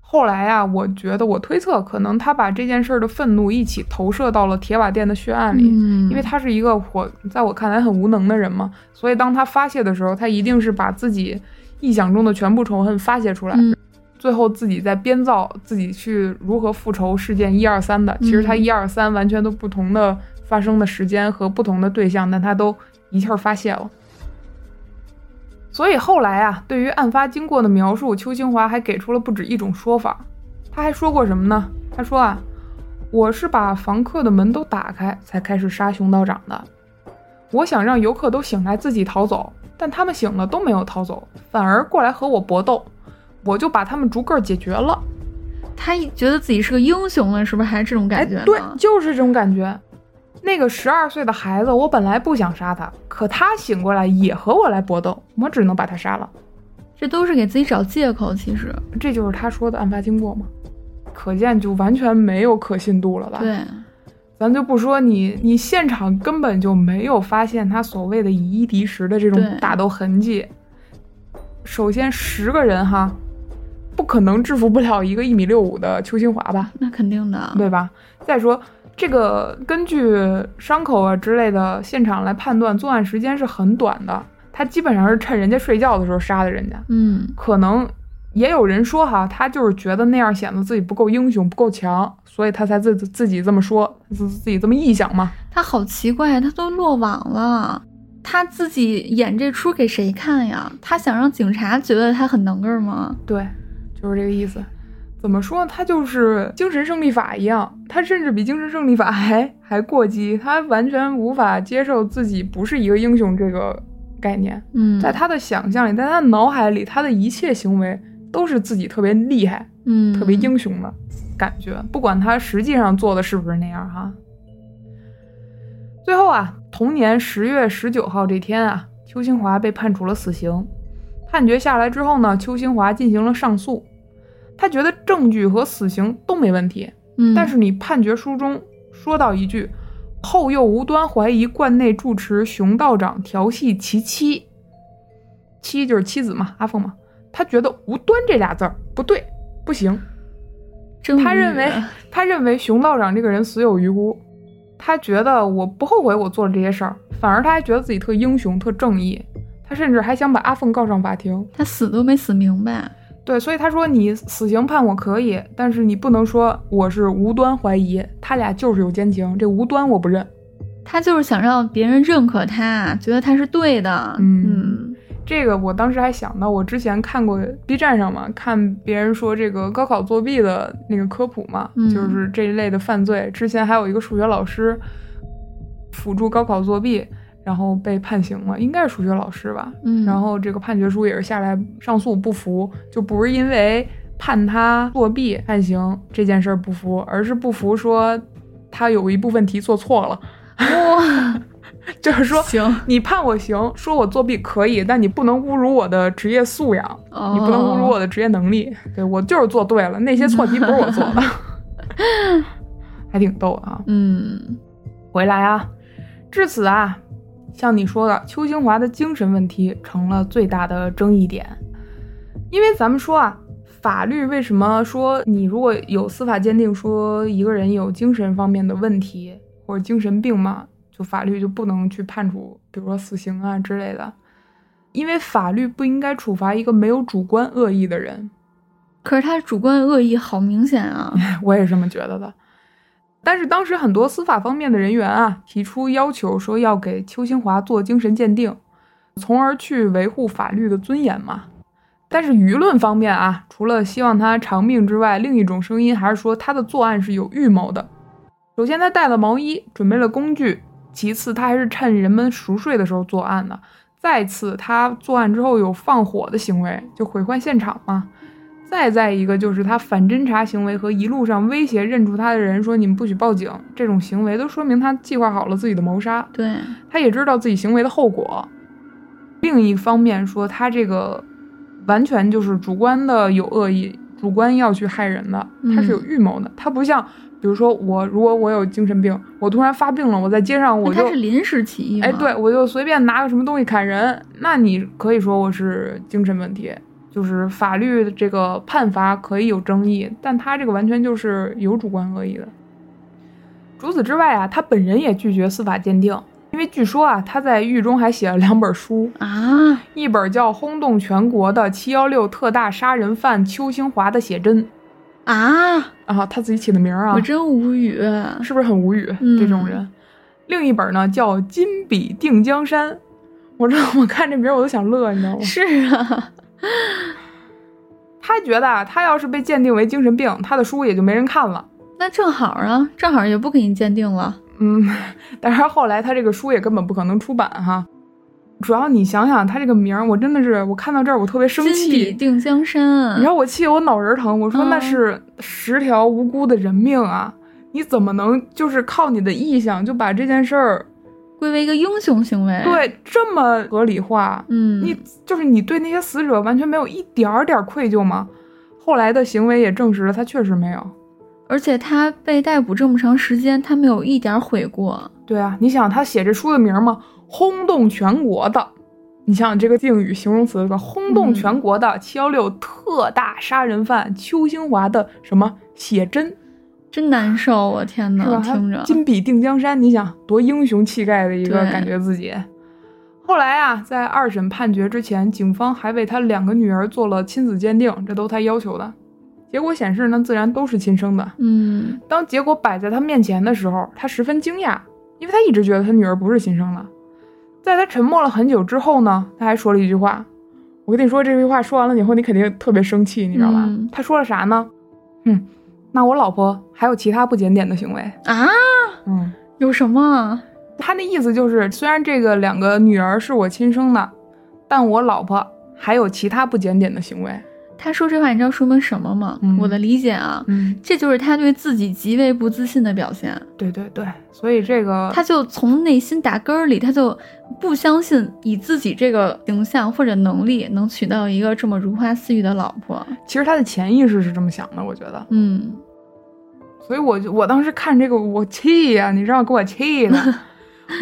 Speaker 1: 后来呀，我觉得我推测，可能他把这件事儿的愤怒一起投射到了铁瓦店的血案里，
Speaker 2: 嗯，
Speaker 1: 因为他是一个我在我看来很无能的人嘛，所以当他发泄的时候，他一定是把自己臆想中的全部仇恨发泄出来，
Speaker 2: 嗯
Speaker 1: 最后自己再编造自己去如何复仇事件一二三的。其实他
Speaker 2: 嗯
Speaker 1: 一二三完全都不同的发生的时间和不同的对象，但他都一气儿发泄了。所以后来啊，对于案发经过的描述，邱清华还给出了不止一种说法。他还说过什么呢？他说啊，我是把房客的门都打开，才开始杀熊道长的。我想让游客都醒来自己逃走，但他们醒了都没有逃走，反而过来和我搏斗，我就把他们逐个解决了。
Speaker 2: 他一觉得自己是个英雄了，是不是？还是这种感觉呢？
Speaker 1: 哎，对，就是这种感觉。那个十二岁的孩子，我本来不想杀他，可他醒过来也和我来搏斗，我只能把他杀了。
Speaker 2: 这都是给自己找借口。其实，
Speaker 1: 这就是他说的案发经过吗？可见就完全没有可信度了吧？
Speaker 2: 对，
Speaker 1: 咱就不说你，你现场根本就没有发现他所谓的以一敌十的这种
Speaker 2: 对
Speaker 1: 打斗痕迹。首先，十个人哈，不可能制服不了一个一米六五的邱清华吧，
Speaker 2: 那肯定的。
Speaker 1: 对吧？再说，这个根据伤口啊之类的现场来判断，作案时间是很短的。他基本上是趁人家睡觉的时候杀的人家。
Speaker 2: 嗯
Speaker 1: 可能也有人说哈，他就是觉得那样显得自己不够英雄、不够强，所以他才自自己这么说，自自己这么臆想嘛。
Speaker 2: 他好奇怪，他都落网了，他自己演这出给谁看呀？他想让警察觉得他很能个儿吗？
Speaker 1: 对，就是这个意思。怎么说？他就是精神胜利法一样，他甚至比精神胜利法还还过激，他完全无法接受自己不是一个英雄这个概念。
Speaker 2: 嗯，
Speaker 1: 在他的想象里，在他的脑海里，他的一切行为都是自己特别厉害、
Speaker 2: 嗯
Speaker 1: 特别英雄的感觉，不管他实际上做的是不是那样哈。最后啊，同年十月十九号这天啊，邱兴华被判处了死刑。判决下来之后呢，邱兴华进行了上诉，他觉得证据和死刑都没问题，
Speaker 2: 嗯，
Speaker 1: 但是你判决书中说到一句，后又无端怀疑观内住持熊道长调戏其妻，妻就是妻子嘛，阿凤嘛，他觉得无端这俩字儿不对，不行，
Speaker 2: 真
Speaker 1: 他
Speaker 2: 无语
Speaker 1: 认为他认为熊道长这个人死有余辜，他觉得我不后悔我做了这些事儿，反而他还觉得自己特英雄、特正义，他甚至还想把阿凤告上法庭。
Speaker 2: 他死都没死明白。
Speaker 1: 对，所以他说你死刑判我可以，但是你不能说我是无端怀疑，他俩就是有奸情，这无端我不认。
Speaker 2: 他就是想让别人认可他，觉得他是对的。
Speaker 1: 嗯这个我当时还想到，我之前看过 B 站上嘛，看别人说这个高考作弊的那个科普嘛，
Speaker 2: 嗯
Speaker 1: 就是这一类的犯罪。之前还有一个数学老师辅助高考作弊，然后被判刑了，应该是数学老师吧。
Speaker 2: 嗯，
Speaker 1: 然后这个判决书也是下来上诉不服，就不是因为判他作弊判刑这件事儿不服，而是不服说他有一部分题做错了，
Speaker 2: 哇，
Speaker 1: 就是 说
Speaker 2: 行，
Speaker 1: 你判我刑，说我作弊可以，但你不能侮辱我的职业素养，
Speaker 2: 哦
Speaker 1: 你不能侮辱我的职业能力。对我就是做对了，那些错题不是我做 的， 还挺逗的啊。
Speaker 2: 嗯
Speaker 1: 回来啊，至此啊，像你说的，邱兴华的精神问题成了最大的争议点，因为咱们说啊。法律为什么说你如果有司法鉴定说一个人有精神方面的问题或者精神病嘛，就法律就不能去判处，比如说死刑啊之类的，因为法律不应该处罚一个没有主观恶意的人。
Speaker 2: 可是他主观恶意好明显啊。
Speaker 1: 我也是这么觉得的。但是当时很多司法方面的人员啊，提出要求说要给邱兴华做精神鉴定，从而去维护法律的尊严嘛。但是舆论方面啊，除了希望他长命之外，另一种声音还是说他的作案是有预谋的。首先，他带了毛衣，准备了工具；其次，他还是趁人们熟睡的时候作案的；再次，他作案之后有放火的行为，就毁坏现场嘛。再再一个就是他反侦查行为和一路上威胁认出他的人说你们不许报警这种行为，都说明他计划好了自己的谋杀，
Speaker 2: 对，
Speaker 1: 他也知道自己行为的后果。另一方面说，他这个完全就是主观的有恶意，主观要去害人的，
Speaker 2: 嗯
Speaker 1: 他是有预谋的。他不像，比如说我如果我有精神病，我突然发病了，我在街上我
Speaker 2: 那他
Speaker 1: 就是
Speaker 2: 临时起意嘛。
Speaker 1: 哎，对，我就随便拿个什么东西砍人，那你可以说我是精神问题，就是法律的这个判罚可以有争议，但他这个完全就是有主观恶意的。除此之外啊，他本人也拒绝司法鉴定，因为据说啊，他在狱中还写了两本书，
Speaker 2: 啊，
Speaker 1: 一本叫《轰动全国的七幺六特大杀人犯邱兴华的写真》
Speaker 2: 啊，
Speaker 1: 啊，他自己起的名儿啊，
Speaker 2: 我真无语。
Speaker 1: 是不是很无语？
Speaker 2: 嗯
Speaker 1: 这种人。另一本呢叫《金笔定江山》，我这我看这名儿我都想乐，你知道吗？
Speaker 2: 是啊，
Speaker 1: 他觉得啊，他要是被鉴定为精神病，他的书也就没人看了。
Speaker 2: 那正好啊，正好也不给你鉴定了。
Speaker 1: 嗯， 但是后来他这个书也根本不可能出版哈。主要你想想，他这个名儿，我真的是我看到这儿我特别生
Speaker 2: 金笔
Speaker 1: 气。
Speaker 2: 定江山。
Speaker 1: 你知道我气得我脑仁儿疼，我说
Speaker 2: 嗯
Speaker 1: 那是十条无辜的人命啊！你怎么能就是靠你的臆想就把这件事儿
Speaker 2: 归为一个英雄行为。，
Speaker 1: 对这么合理化？
Speaker 2: 嗯，
Speaker 1: 你就是你对那些死者完全没有一点儿点儿愧疚吗？后来的行为也证实了，他确实没有。
Speaker 2: 而且他被逮捕这么长时间，他没有一点悔过。
Speaker 1: 对啊，你想他写这书的名儿吗？轰动全国的，你想想这个定语形容词吧，轰动
Speaker 2: 嗯
Speaker 1: 全国的七幺六特大杀人犯邱兴华的什么写真？
Speaker 2: 真难受，我天
Speaker 1: 是
Speaker 2: 呐，
Speaker 1: 吧？
Speaker 2: 听
Speaker 1: 他
Speaker 2: 着，
Speaker 1: 金笔定江山，你想多英雄气概的一个
Speaker 2: 对
Speaker 1: 感觉自己。后来啊，在二审判决之前，警方还为他两个女儿做了亲子鉴定，这都他要求的。结果显示呢，自然都是亲生的。
Speaker 2: 嗯
Speaker 1: 当结果摆在他面前的时候，他十分惊讶，因为他一直觉得他女儿不是亲生的。在他沉默了很久之后呢，他还说了一句话，我跟你说这句话说完了以后，你肯定特别生气，你知道吧？
Speaker 2: 嗯
Speaker 1: 他说了啥呢？嗯，那我老婆还有其他不检点的行为。
Speaker 2: 啊，
Speaker 1: 嗯，
Speaker 2: 有什么？
Speaker 1: 他那意思就是，虽然这个两个女儿是我亲生的，但我老婆还有其他不检点的行为。
Speaker 2: 他说这话，你知道说明什么吗？
Speaker 1: 嗯
Speaker 2: 我的理解啊，
Speaker 1: 嗯，
Speaker 2: 这就是他对自己极为不自信的表现。
Speaker 1: 对对对，所以这个
Speaker 2: 他就从内心打根儿里，他就不相信以自己这个形象或者能力能娶到一个这么如花似玉的老婆。
Speaker 1: 其实他的潜意识是这么想的，我觉得。
Speaker 2: 嗯，
Speaker 1: 所以我就我当时看这个，我气呀、你知道，给我气 的，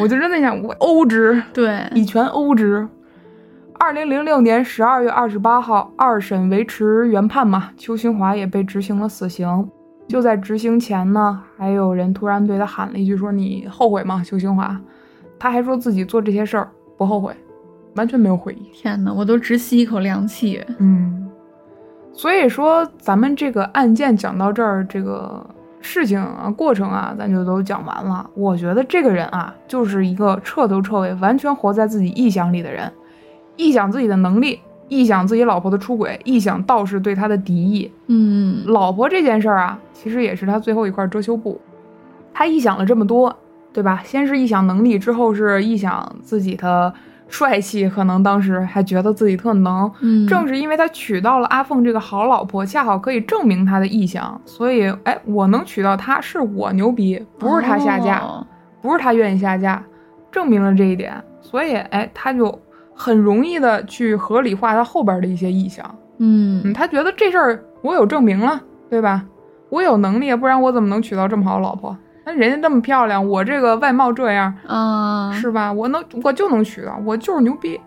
Speaker 1: 我就真的想，我欧值，
Speaker 2: 对，
Speaker 1: 以权欧值。二零零六年十二月二十八号，二审维持原判嘛，邱兴华也被执行了死刑。就在执行前呢，还有人突然对他喊了一句说：“你后悔吗，邱兴华？”他还说自己做这些事儿不后悔，完全没有悔意。
Speaker 2: 天哪，我都直吸一口凉气。
Speaker 1: 嗯，所以说咱们这个案件讲到这儿，这个事情啊、过程啊，咱就都讲完了。我觉得这个人啊，就是一个彻头彻尾完全活在自己臆想里的人，臆想自己的能力，臆想自己老婆的出轨，臆想道士对他的敌意。
Speaker 2: 嗯，
Speaker 1: 老婆这件事儿啊，其实也是他最后一块遮羞布。他臆想了这么多，对吧？先是臆想能力，之后是臆想自己的帅气，可能当时还觉得自己特能，
Speaker 2: 嗯，
Speaker 1: 正是因为他娶到了阿凤这个好老婆，恰好可以证明他的意向，所以哎，我能娶到她是我牛逼，不是他下嫁，
Speaker 2: 哦
Speaker 1: 不是他愿意下嫁，证明了这一点，所以哎，他就很容易的去合理化他后边的一些意向，嗯，
Speaker 2: 嗯，
Speaker 1: 他觉得这事儿我有证明了，对吧？我有能力，不然我怎么能娶到这么好的老婆？那人家那么漂亮，我这个外貌这样，
Speaker 2: 啊，
Speaker 1: 嗯是吧？我能，我就能娶到，我就是牛逼。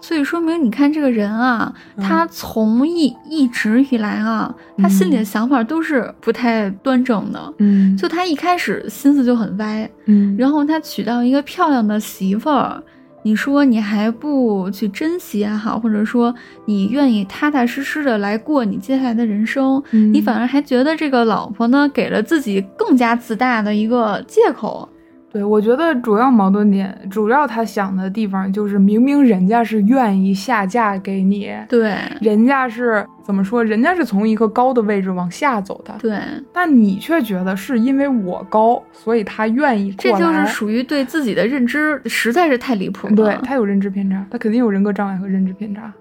Speaker 2: 所以说明你看这个人啊，
Speaker 1: 嗯
Speaker 2: 他从一一直以来啊，他心里的想法都是不太端正的。
Speaker 1: 嗯
Speaker 2: 就他一开始心思就很歪，
Speaker 1: 嗯
Speaker 2: 然后他娶到一个漂亮的媳妇儿，你说你还不去珍惜也好，或者说你愿意踏踏实实的来过你接下来的人生，
Speaker 1: 嗯
Speaker 2: 你反而还觉得这个老婆呢给了自己更加自大的一个借口。
Speaker 1: 对，我觉得主要矛盾点，主要他想的地方就是，明明人家是愿意下嫁给你，
Speaker 2: 对
Speaker 1: 人家是怎么说？人家是从一个高的位置往下走的，
Speaker 2: 对，
Speaker 1: 但你却觉得是因为我高，所以他愿意
Speaker 2: 这
Speaker 1: 过
Speaker 2: 就是
Speaker 1: 来。
Speaker 2: 属于对自己的认知实在是太离谱了。
Speaker 1: 对他有认知偏差，他肯定有人格障碍和认知偏差。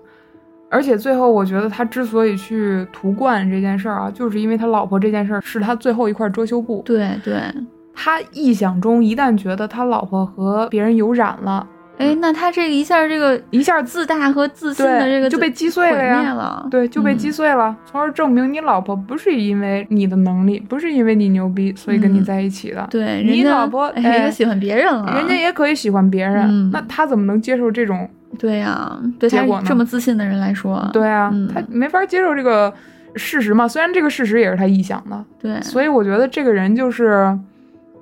Speaker 1: 而且最后，我觉得他之所以去途观这件事儿啊，就是因为他老婆这件事儿是他最后一块遮羞布。
Speaker 2: 对哎对，
Speaker 1: 他臆想中一旦觉得他老婆和别人有染了，
Speaker 2: 哎，那他这一下这个
Speaker 1: 一下
Speaker 2: 自大和自信的
Speaker 1: 对
Speaker 2: 这个
Speaker 1: 就被击碎
Speaker 2: 毁
Speaker 1: 了呀
Speaker 2: 灭了，
Speaker 1: 对，就被击
Speaker 2: 嗯
Speaker 1: 碎了，从而证明你老婆不是因为你的能力，不是因为你牛逼，所以跟你
Speaker 2: 嗯
Speaker 1: 在一起的。
Speaker 2: 对，人
Speaker 1: 你
Speaker 2: 家
Speaker 1: 老婆
Speaker 2: 哎
Speaker 1: 哎
Speaker 2: 也喜欢别人了，
Speaker 1: 人家也可以喜欢别人，
Speaker 2: 嗯
Speaker 1: 那他怎么能接受这种？
Speaker 2: 对呀、对
Speaker 1: 结
Speaker 2: 他
Speaker 1: 果呢
Speaker 2: 这么自信的人来说，
Speaker 1: 对啊，
Speaker 2: 嗯
Speaker 1: 他没法接受这个事实嘛。虽然这个事实也是他臆想的，
Speaker 2: 对，
Speaker 1: 所以我觉得这个人就是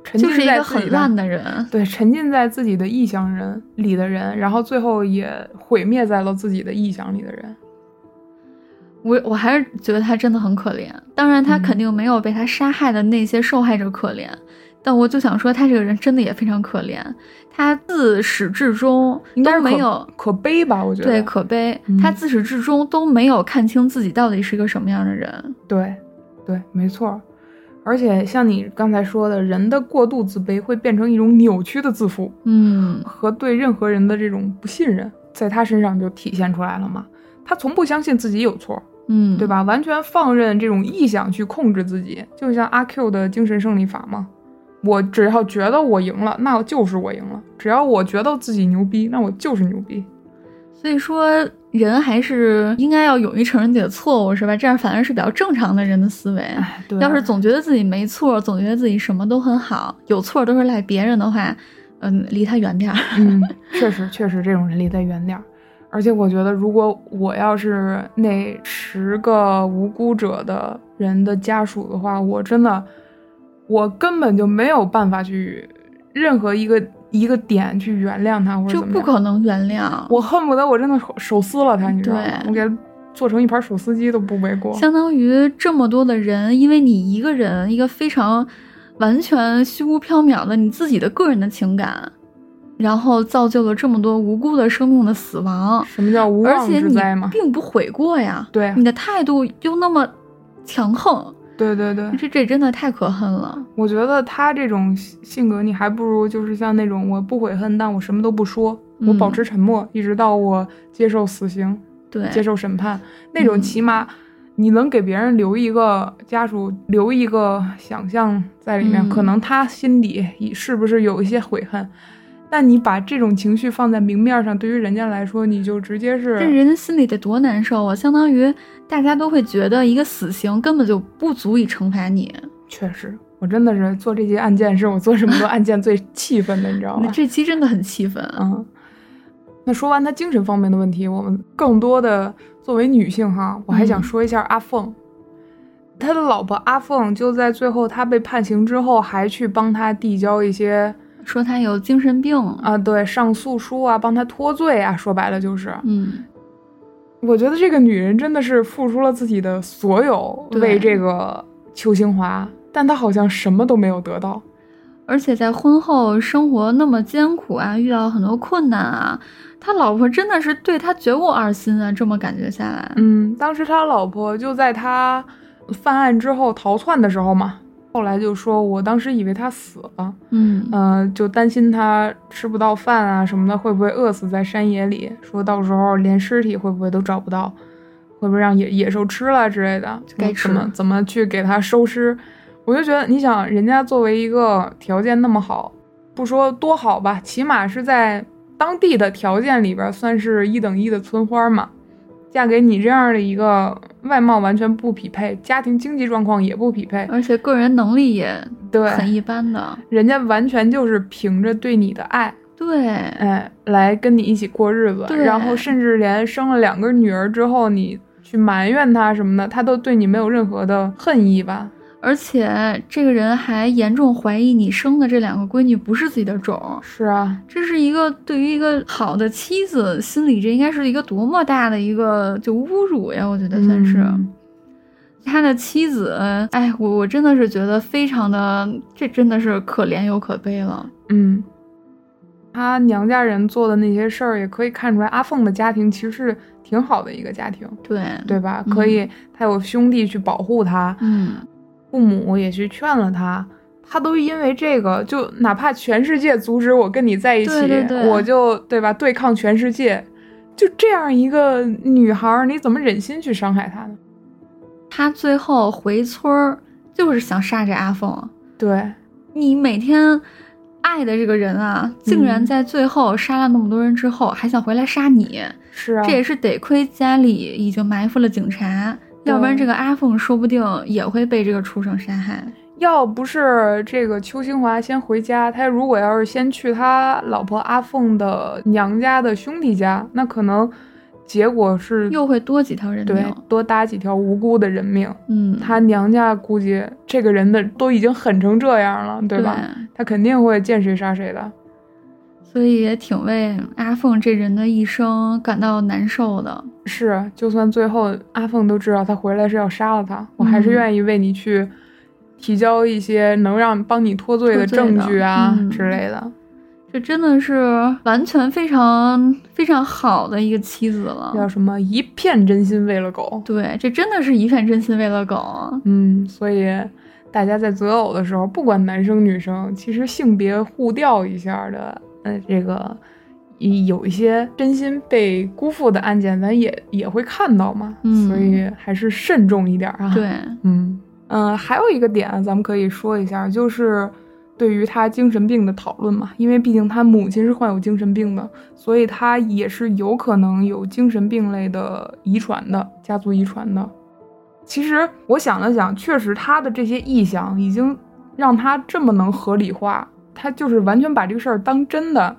Speaker 1: 沉
Speaker 2: 嗯就
Speaker 1: 浸
Speaker 2: 是一
Speaker 1: 在
Speaker 2: 个
Speaker 1: 自己
Speaker 2: 很
Speaker 1: 的
Speaker 2: 烂的人，
Speaker 1: 对，沉浸在自己的臆想人里的人，然后最后也毁灭在了自己的臆想里的人。
Speaker 2: 我我还是觉得他真的很可怜。当然，他
Speaker 1: 嗯
Speaker 2: 肯定没有被他杀害的那些受害者可怜，但我就想说，他这个人真的也非常可怜，他自始至终
Speaker 1: 应该
Speaker 2: 都
Speaker 1: 是
Speaker 2: 没
Speaker 1: 可
Speaker 2: 有。
Speaker 1: 可悲吧？我觉得
Speaker 2: 对，可悲，
Speaker 1: 嗯
Speaker 2: 他自始至终都没有看清自己到底是一个什么样的人。
Speaker 1: 对，对，没错儿。而且像你刚才说的，人的过度自卑会变成一种扭曲的自负
Speaker 2: 嗯，
Speaker 1: 和对任何人的这种不信任，在他身上就体现出来了嘛。他从不相信自己有错，
Speaker 2: 嗯，
Speaker 1: 对？吧？完全放任这种臆想去控制自己，就像阿 Q 的精神胜利法嘛。我只要觉得我赢了，那就是我赢了；只要我觉得自己牛逼，那我就是牛逼。
Speaker 2: 所以说，人还是应该要勇于承认自己的错误，是吧？这样反而是比较正常的人的思维。
Speaker 1: 哎，对啊、
Speaker 2: 要是总觉得自己没错，总觉得自己什么都很好，有错都是赖别人的话，嗯，离他远点儿。
Speaker 1: 嗯，确实确实，这种人离他远点儿。而且我觉得，如果我要是那十个无辜者的人的家属的话，我真的，我根本就没有办法去任何一个一个点去原谅他或者
Speaker 2: 这
Speaker 1: 怎么
Speaker 2: 不
Speaker 1: 样。
Speaker 2: 可能原谅。
Speaker 1: 我恨不得我真的手手撕了他，你知道吗？
Speaker 2: 对
Speaker 1: 我给他做成一盘手撕鸡都不为过。
Speaker 2: 相当于这么多的人，因为你一个人，一个非常完全虚无缥缈的你自己的个人的情感，然后造就了这么多无辜的生命的死亡，
Speaker 1: 什么叫无
Speaker 2: 而
Speaker 1: 妄
Speaker 2: 且
Speaker 1: 之
Speaker 2: 你
Speaker 1: 灾嘛？
Speaker 2: 并不悔过呀，
Speaker 1: 对啊
Speaker 2: 你的态度又那么强横，
Speaker 1: 对对啊对，
Speaker 2: 这这真的太可恨了。
Speaker 1: 我觉得他这种性性格，你还不如就是像那种我不悔恨，但我什么都不说，我保
Speaker 2: 嗯
Speaker 1: 持沉默，一直到我接受死刑、
Speaker 2: 对，
Speaker 1: 接受审判，那种
Speaker 2: 嗯
Speaker 1: 起码你能给别人留一个家属留一个想象在里面，
Speaker 2: 嗯
Speaker 1: 可能他心里也是不是有一些悔恨，但你把这种情绪放在明面上，对于人家来说，你就直接
Speaker 2: 这
Speaker 1: 是
Speaker 2: 人家心里得多难受啊！相当于大家都会觉得一个死刑根本就不足以惩罚你。
Speaker 1: 确实。我真的是做这些案件，是我做这么多案件最气愤的，你知道
Speaker 2: 那
Speaker 1: 吗？
Speaker 2: 这期真的很气愤。
Speaker 1: 啊嗯，那说完他精神方面的问题，我们更多的作为女性哈，我还想
Speaker 2: 嗯
Speaker 1: 说一下阿凤，他的老婆阿凤就在最后他被判刑之后，还去帮他递交一些
Speaker 2: 说他有精神病，
Speaker 1: 啊，对上诉书啊，帮他脱罪啊，说白了就是，
Speaker 2: 嗯，
Speaker 1: 我觉得这个女人真的是付出了自己的所有
Speaker 2: 对
Speaker 1: 为这个邱兴华，但她好像什么都没有得到，
Speaker 2: 而且在婚后生活那么艰苦啊，遇到很多困难啊，他老婆真的是对他绝无二心啊，这么感觉下来，
Speaker 1: 嗯，当时他老婆就在他犯案之后逃窜的时候嘛，后来就说我当时以为他死了，
Speaker 2: 嗯
Speaker 1: 嗯、就担心他吃不到饭啊什么的，会不会饿死在山野里？说到时候连尸体会不会都找不到，会不会让野野兽吃了之类的？嗯
Speaker 2: 该
Speaker 1: 怎么
Speaker 2: 吃
Speaker 1: 怎么去给他收尸？我就觉得，你想，人家作为一个条件那么好，不说多好吧，起码是在当地的条件里边算是一等一的村花嘛。嫁给你这样的一个外貌完全不匹配，家庭经济状况也不匹配，
Speaker 2: 而且个人能力也
Speaker 1: 对，
Speaker 2: 嗯很一般的，
Speaker 1: 人家完全就是凭着对你的爱，
Speaker 2: 对，
Speaker 1: 哎，来跟你一起过日子，
Speaker 2: 对
Speaker 1: 然后甚至连生了两个女儿之后，你去埋怨他什么的，他都对你没有任何的恨意吧？
Speaker 2: 而且这个人还严重怀疑你生的这两个闺女不是自己的种，
Speaker 1: 是啊，
Speaker 2: 这是一个对于一个好的妻子心里，这应该是一个多么大的一个就侮辱呀！我觉得算是、啊
Speaker 1: 嗯
Speaker 2: 他的妻子，哎，我我真的是觉得非常的，这真的是可怜又可悲了。
Speaker 1: 嗯，他娘家人做的那些事儿，也可以看出来，阿凤的家庭其实是挺好的一个家庭，
Speaker 2: 对，
Speaker 1: 对吧？
Speaker 2: 嗯
Speaker 1: 可以，他有兄弟去保护他，
Speaker 2: 嗯，
Speaker 1: 父母也去劝了他，他都因为这个，就哪怕全世界阻止我跟你在一起，
Speaker 2: 对对对
Speaker 1: 我就对吧，对抗全世界。就这样一个女孩儿，你怎么忍心去伤害她呢？
Speaker 2: 他最后回村儿就是想杀这阿凤。
Speaker 1: 对，
Speaker 2: 你每天爱的这个人啊，
Speaker 1: 嗯
Speaker 2: 竟然在最后杀了那么多人之后，还想回来杀你，
Speaker 1: 是啊，
Speaker 2: 这也是得亏家里已经埋伏了警察，
Speaker 1: 对
Speaker 2: 要不然这个阿凤说不定也会被这个畜生杀害。
Speaker 1: 要不是这个邱兴华先回家，他如果要是先去他老婆阿凤的娘家的兄弟家，那可能结果是
Speaker 2: 又会多几条
Speaker 1: 嗯
Speaker 2: 人
Speaker 1: 对
Speaker 2: 命。
Speaker 1: 多搭几条无辜的人命。
Speaker 2: 嗯，
Speaker 1: 他娘家估计这个人的都已经狠成这样了，对
Speaker 2: 对
Speaker 1: 吧？他肯定会见谁杀谁的。
Speaker 2: 所以也挺为阿凤这人的一生感到难受的。
Speaker 1: 是，啊就算最后阿凤都知道他回来是要杀了他，我还是
Speaker 2: 嗯
Speaker 1: 愿意为你去提交一些能让帮你脱罪的
Speaker 2: 脱罪
Speaker 1: 证
Speaker 2: 的
Speaker 1: 据啊
Speaker 2: 嗯
Speaker 1: 之类的。
Speaker 2: 这真的是完全非常非常好的一个妻子
Speaker 1: 叫
Speaker 2: 了。
Speaker 1: 什么一片真心喂了狗。
Speaker 2: 嗯对，这真的是一片真心喂了狗。
Speaker 1: 嗯，所以大家在择偶的时候，不管男生女生，其实性别互调一下的，呃，这个一有一些真心被辜负的案件，咱也也会看到嘛。
Speaker 2: 嗯
Speaker 1: 所以还是慎重一点啊。，
Speaker 2: 对，
Speaker 1: 嗯嗯、呃还有一个点咱们可以说一下，就是。对于他精神病的讨论嘛，因为毕竟他母亲是患有精神病的，所以他也是有可能有精神病类的遗传的，家族遗传的。其实我想了想，确实他的这些臆想已经让他这么能合理化，他就是完全把这个事儿当真的。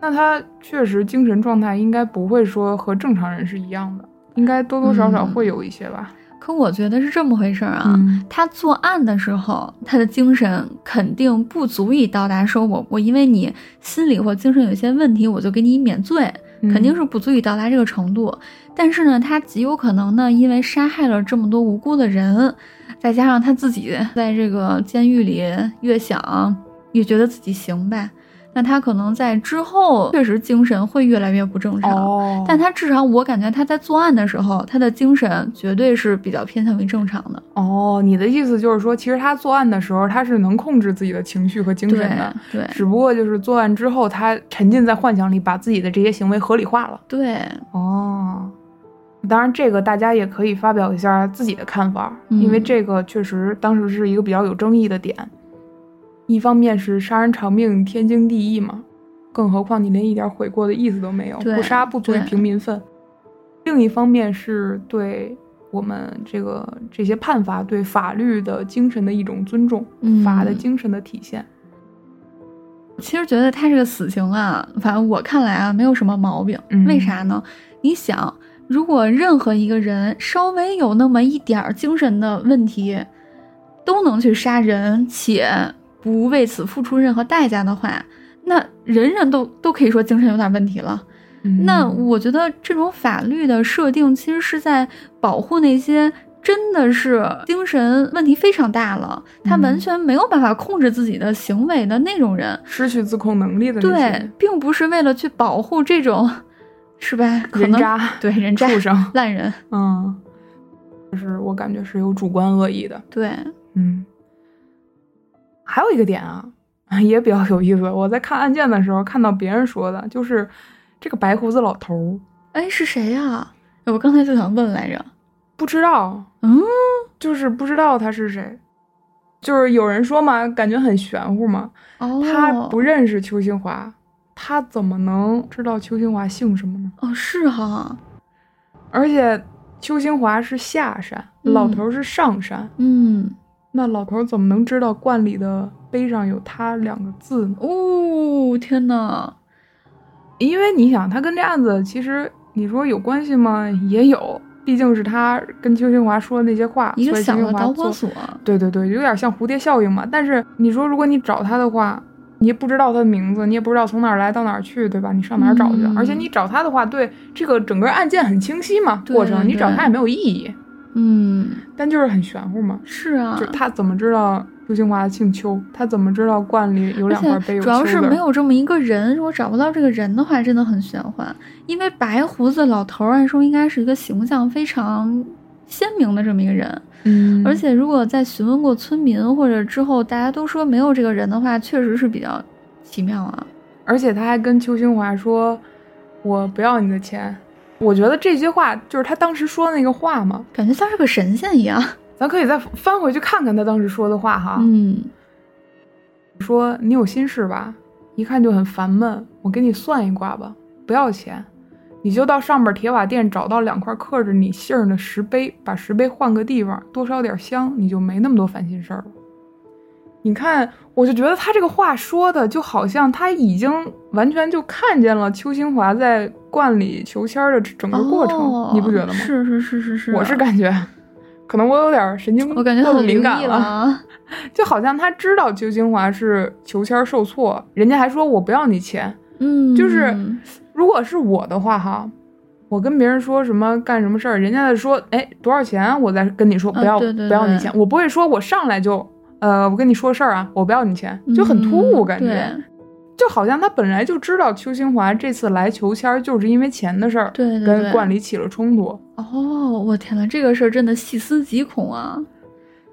Speaker 1: 那他确实精神状态应该不会说和正常人是一样的，应该多多少少
Speaker 2: 嗯
Speaker 1: 会有一些吧。
Speaker 2: 可我觉得是这么回事儿啊。
Speaker 1: 嗯
Speaker 2: 他作案的时候，他的精神肯定不足以到达说我我因为你心理或精神有些问题，我就给你免罪，
Speaker 1: 嗯
Speaker 2: 肯定是不足以到达这个程度。但是呢，他极有可能呢，因为杀害了这么多无辜的人，再加上他自己在这个监狱里越想越觉得自己行呗，那他可能在之后确实精神会越来越不正常。
Speaker 1: 哦，
Speaker 2: 但他至少，我感觉他在作案的时候，他的精神绝对是比较偏向于正常的。
Speaker 1: 哦，你的意思就是说，其实他作案的时候，他是能控制自己的情绪和精神的，
Speaker 2: 对对
Speaker 1: 只不过就是作案之后，他沉浸在幻想里，把自己的这些行为合理化了。
Speaker 2: 对，
Speaker 1: 哦，当然，这个大家也可以发表一下自己的看法，
Speaker 2: 嗯
Speaker 1: 因为这个确实当时是一个比较有争议的点。一方面是杀人偿命，天经地义嘛，更何况你连一点悔过的意思都没有，
Speaker 2: 对
Speaker 1: 不杀不足以
Speaker 2: 对
Speaker 1: 平民愤。另一方面是对我们这个这些判罚对法律的精神的一种尊重，
Speaker 2: 嗯
Speaker 1: 法的精神的体现。
Speaker 2: 其实觉得他这个死刑啊，反正我看来啊，没有什么毛病。
Speaker 1: 嗯
Speaker 2: 为啥呢？你想，如果任何一个人稍微有那么一点儿精神的问题，都能去杀人，且不为此付出任何代价的话，那人人都都可以说精神有点问题了。那
Speaker 1: 嗯
Speaker 2: 我觉得这种法律的设定其实是在保护那些真的是精神问题非常大了，他
Speaker 1: 嗯
Speaker 2: 完全没有办法控制自己的行为的那种人。
Speaker 1: 失去自控能力的那
Speaker 2: 对
Speaker 1: 些，
Speaker 2: 并不是为了去保护这种，是吧？可
Speaker 1: 人
Speaker 2: 能
Speaker 1: 渣
Speaker 2: 对人渣、
Speaker 1: 畜生，
Speaker 2: 烂人，
Speaker 1: 嗯，就是我感觉是有主观恶意的。
Speaker 2: 对，
Speaker 1: 嗯，还有一个点啊， 也比较有意思。我在看案件的时候看到别人说的，就是这个白胡子老头儿
Speaker 2: 哎，是谁呀、哎我刚才就想问来着，
Speaker 1: 不知道，
Speaker 2: 嗯，
Speaker 1: 就是不知道他是谁。就是有人说嘛，感觉很玄乎嘛，
Speaker 2: 哦，
Speaker 1: 他不认识邱兴华，他怎么能知道邱兴华姓什么呢？
Speaker 2: 哦，是哈，
Speaker 1: 而且邱兴华是下山，
Speaker 2: 嗯
Speaker 1: 老头儿是上山，
Speaker 2: 嗯，
Speaker 1: 那老头儿怎么能知道冠里的碑上有他两个字呢？
Speaker 2: 哦，天呐，
Speaker 1: 因为你想，他跟这案子其实你说有关系吗？也有，毕竟是他跟邱清华说的那些话，
Speaker 2: 一个
Speaker 1: 所以邱
Speaker 2: 小
Speaker 1: 清
Speaker 2: 的
Speaker 1: 华
Speaker 2: 导
Speaker 1: 做
Speaker 2: 火。索，
Speaker 1: 对对对，有点像蝴蝶效应嘛。但是你说，如果你找他的话，你也不知道他的名字，你也不知道从哪儿来到哪儿去，对吧？你上哪儿找去？
Speaker 2: 嗯
Speaker 1: 而且你找他的话，对这个整个案件很清晰嘛，
Speaker 2: 对
Speaker 1: 过程
Speaker 2: 对
Speaker 1: 你找他也没有意义，
Speaker 2: 嗯，
Speaker 1: 但就是很玄乎嘛。
Speaker 2: 是啊
Speaker 1: 就，他怎么知道邱清华姓邱？他怎么知道罐里有两块
Speaker 2: 而
Speaker 1: 碑
Speaker 2: 且
Speaker 1: 有
Speaker 2: 主
Speaker 1: 邱字儿？
Speaker 2: 要是没有这么一个人，如果找不到这个人的话，真的很玄幻。因为白胡子老头儿按说应该是一个形象非常鲜明的这么一个人，
Speaker 1: 嗯，
Speaker 2: 而且如果在询问过村民或者之后大家都说没有这个人的话，确实是比较奇妙啊。
Speaker 1: 而且他还跟邱兴华说：“我不要你的钱。”我觉得这句话就是他当时说的那个话嘛，
Speaker 2: 感觉像是个神仙一样，
Speaker 1: 咱可以再翻回去看看他当时说的话哈。
Speaker 2: 嗯，
Speaker 1: 说你有心事吧，一看就很烦闷，我给你算一卦吧，不要钱，你就到上边铁瓦店找到两块刻着你姓儿的石碑，把石碑换个地方，多烧点香，你就没那么多烦心事儿了。你看，我就觉得他这个话说的，就好像他已经完全就看见了邱兴华在观里求签儿的整个过程，
Speaker 2: 哦
Speaker 1: 你不觉得吗？
Speaker 2: 是是是是是，
Speaker 1: 我是感觉，可能我有点神经
Speaker 2: 我感觉
Speaker 1: 过度
Speaker 2: 很
Speaker 1: 敏
Speaker 2: 灵
Speaker 1: 感
Speaker 2: 异 啊，
Speaker 1: 就好像他知道邱清华是求签儿受挫，人家还说我不要你钱。
Speaker 2: 嗯，
Speaker 1: 就是如果是我的话，哈，我跟别人说什么干什么事儿，人家在说，哎，多少钱？我再跟你说
Speaker 2: 啊
Speaker 1: 不要、
Speaker 2: 对对
Speaker 1: 不要你
Speaker 2: 对
Speaker 1: 钱，我不会说我上来就，呃，我跟你说事儿啊，我不要你钱，就很突兀
Speaker 2: 嗯
Speaker 1: 感觉，
Speaker 2: 对
Speaker 1: 就好像他本来就知道邱清华这次来求签儿就是因为钱的事儿，
Speaker 2: 对对
Speaker 1: 跟
Speaker 2: 对
Speaker 1: 冠里起了冲突。
Speaker 2: 哦，我天呐，这个事儿真的细思极恐啊！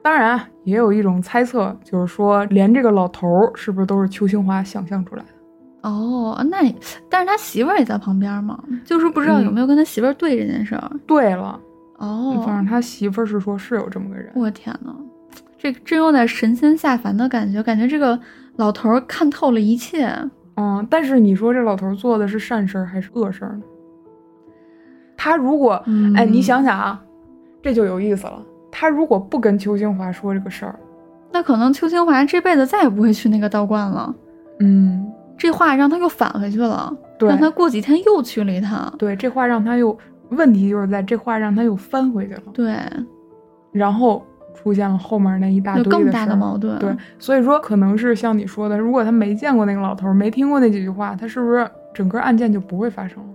Speaker 1: 当然啊，也有一种猜测，就是说连这个老头儿是不是都是邱清华想象出来的？
Speaker 2: 哦，那也但是他媳妇儿也在旁边嘛，就是不知
Speaker 1: 嗯
Speaker 2: 道有没有跟他媳妇儿对这件事儿。
Speaker 1: 对了。反
Speaker 2: 哦
Speaker 1: 正，他媳妇儿是说是有这么个人，
Speaker 2: 我天呐，这真有点神仙下凡的感觉，感觉这个老头儿看透了一切。
Speaker 1: 嗯，但是你说这老头做的是善事儿还是恶事儿呢？他如果，
Speaker 2: 嗯
Speaker 1: 哎，你想想啊，这就有意思了。他如果不跟邱兴华
Speaker 2: 嗯
Speaker 1: 说这个事儿，
Speaker 2: 那可能邱清华这辈子再也不会去那个道观了。
Speaker 1: 嗯，
Speaker 2: 这话让他又返回去了，
Speaker 1: 对
Speaker 2: 让他过几天又去了一趟。
Speaker 1: 对，这话让他又问题就是在这话让他又翻回去了，
Speaker 2: 对，
Speaker 1: 然后出现了后面那一大
Speaker 2: 有
Speaker 1: 堆
Speaker 2: 更
Speaker 1: 的
Speaker 2: 大
Speaker 1: 事
Speaker 2: 的
Speaker 1: 儿
Speaker 2: 矛盾。
Speaker 1: 对，所以说可能是像你说的，如果他没见过那个老头儿，没听过那几句话，他是不是整个案件就不会发生了？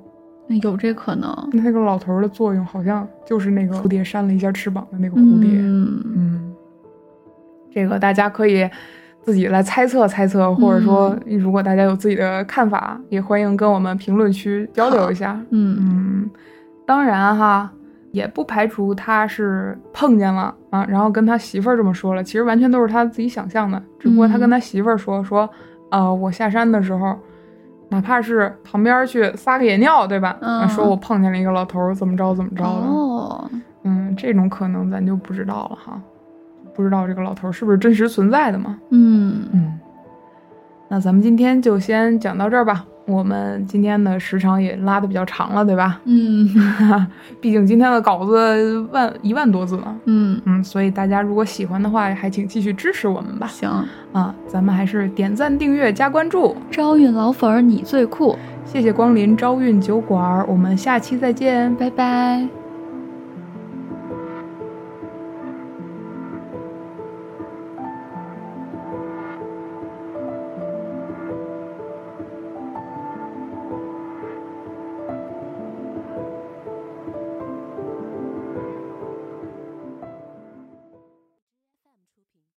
Speaker 2: 对，有这可能。
Speaker 1: 那个老头儿的作用好像就是那个蝴蝶扇了一下翅膀的那个 蝴蝶。
Speaker 2: 嗯，
Speaker 1: 嗯，这个大家可以自己来猜测猜测，或者说如果大家有自己的看法，也欢迎跟我们评论区交流一下。
Speaker 2: 嗯，
Speaker 1: 嗯，当然啊哈，也不排除他是碰见了啊，然后跟他媳妇儿这么说了，其实完全都是他自己想象的，只不过他
Speaker 2: 嗯
Speaker 1: 跟他媳妇儿说说，呃，我下山的时候。哪怕是旁边去撒个野尿，对吧？啊
Speaker 2: 嗯
Speaker 1: 说我碰见了一个老头儿，怎么着怎么着的。
Speaker 2: 哦，
Speaker 1: 嗯，这种可能咱就不知道了哈，不知道这个老头儿是不是真实存在的嘛？
Speaker 2: 嗯，
Speaker 1: 嗯，那咱们今天就先讲到这儿吧。我们今天的时长也拉的比较长了，对吧？
Speaker 2: 嗯，
Speaker 1: 毕竟今天的稿子万一万多字呢。
Speaker 2: 嗯，
Speaker 1: 嗯，所以大家如果喜欢的话，还请继续支持我们吧。
Speaker 2: 行，
Speaker 1: 啊，咱们还是点赞、订阅、加关注，
Speaker 2: 招运老粉儿你最酷，
Speaker 1: 谢谢光临朝韵酒馆儿，我们下期再见，拜。
Speaker 2: 拜拜。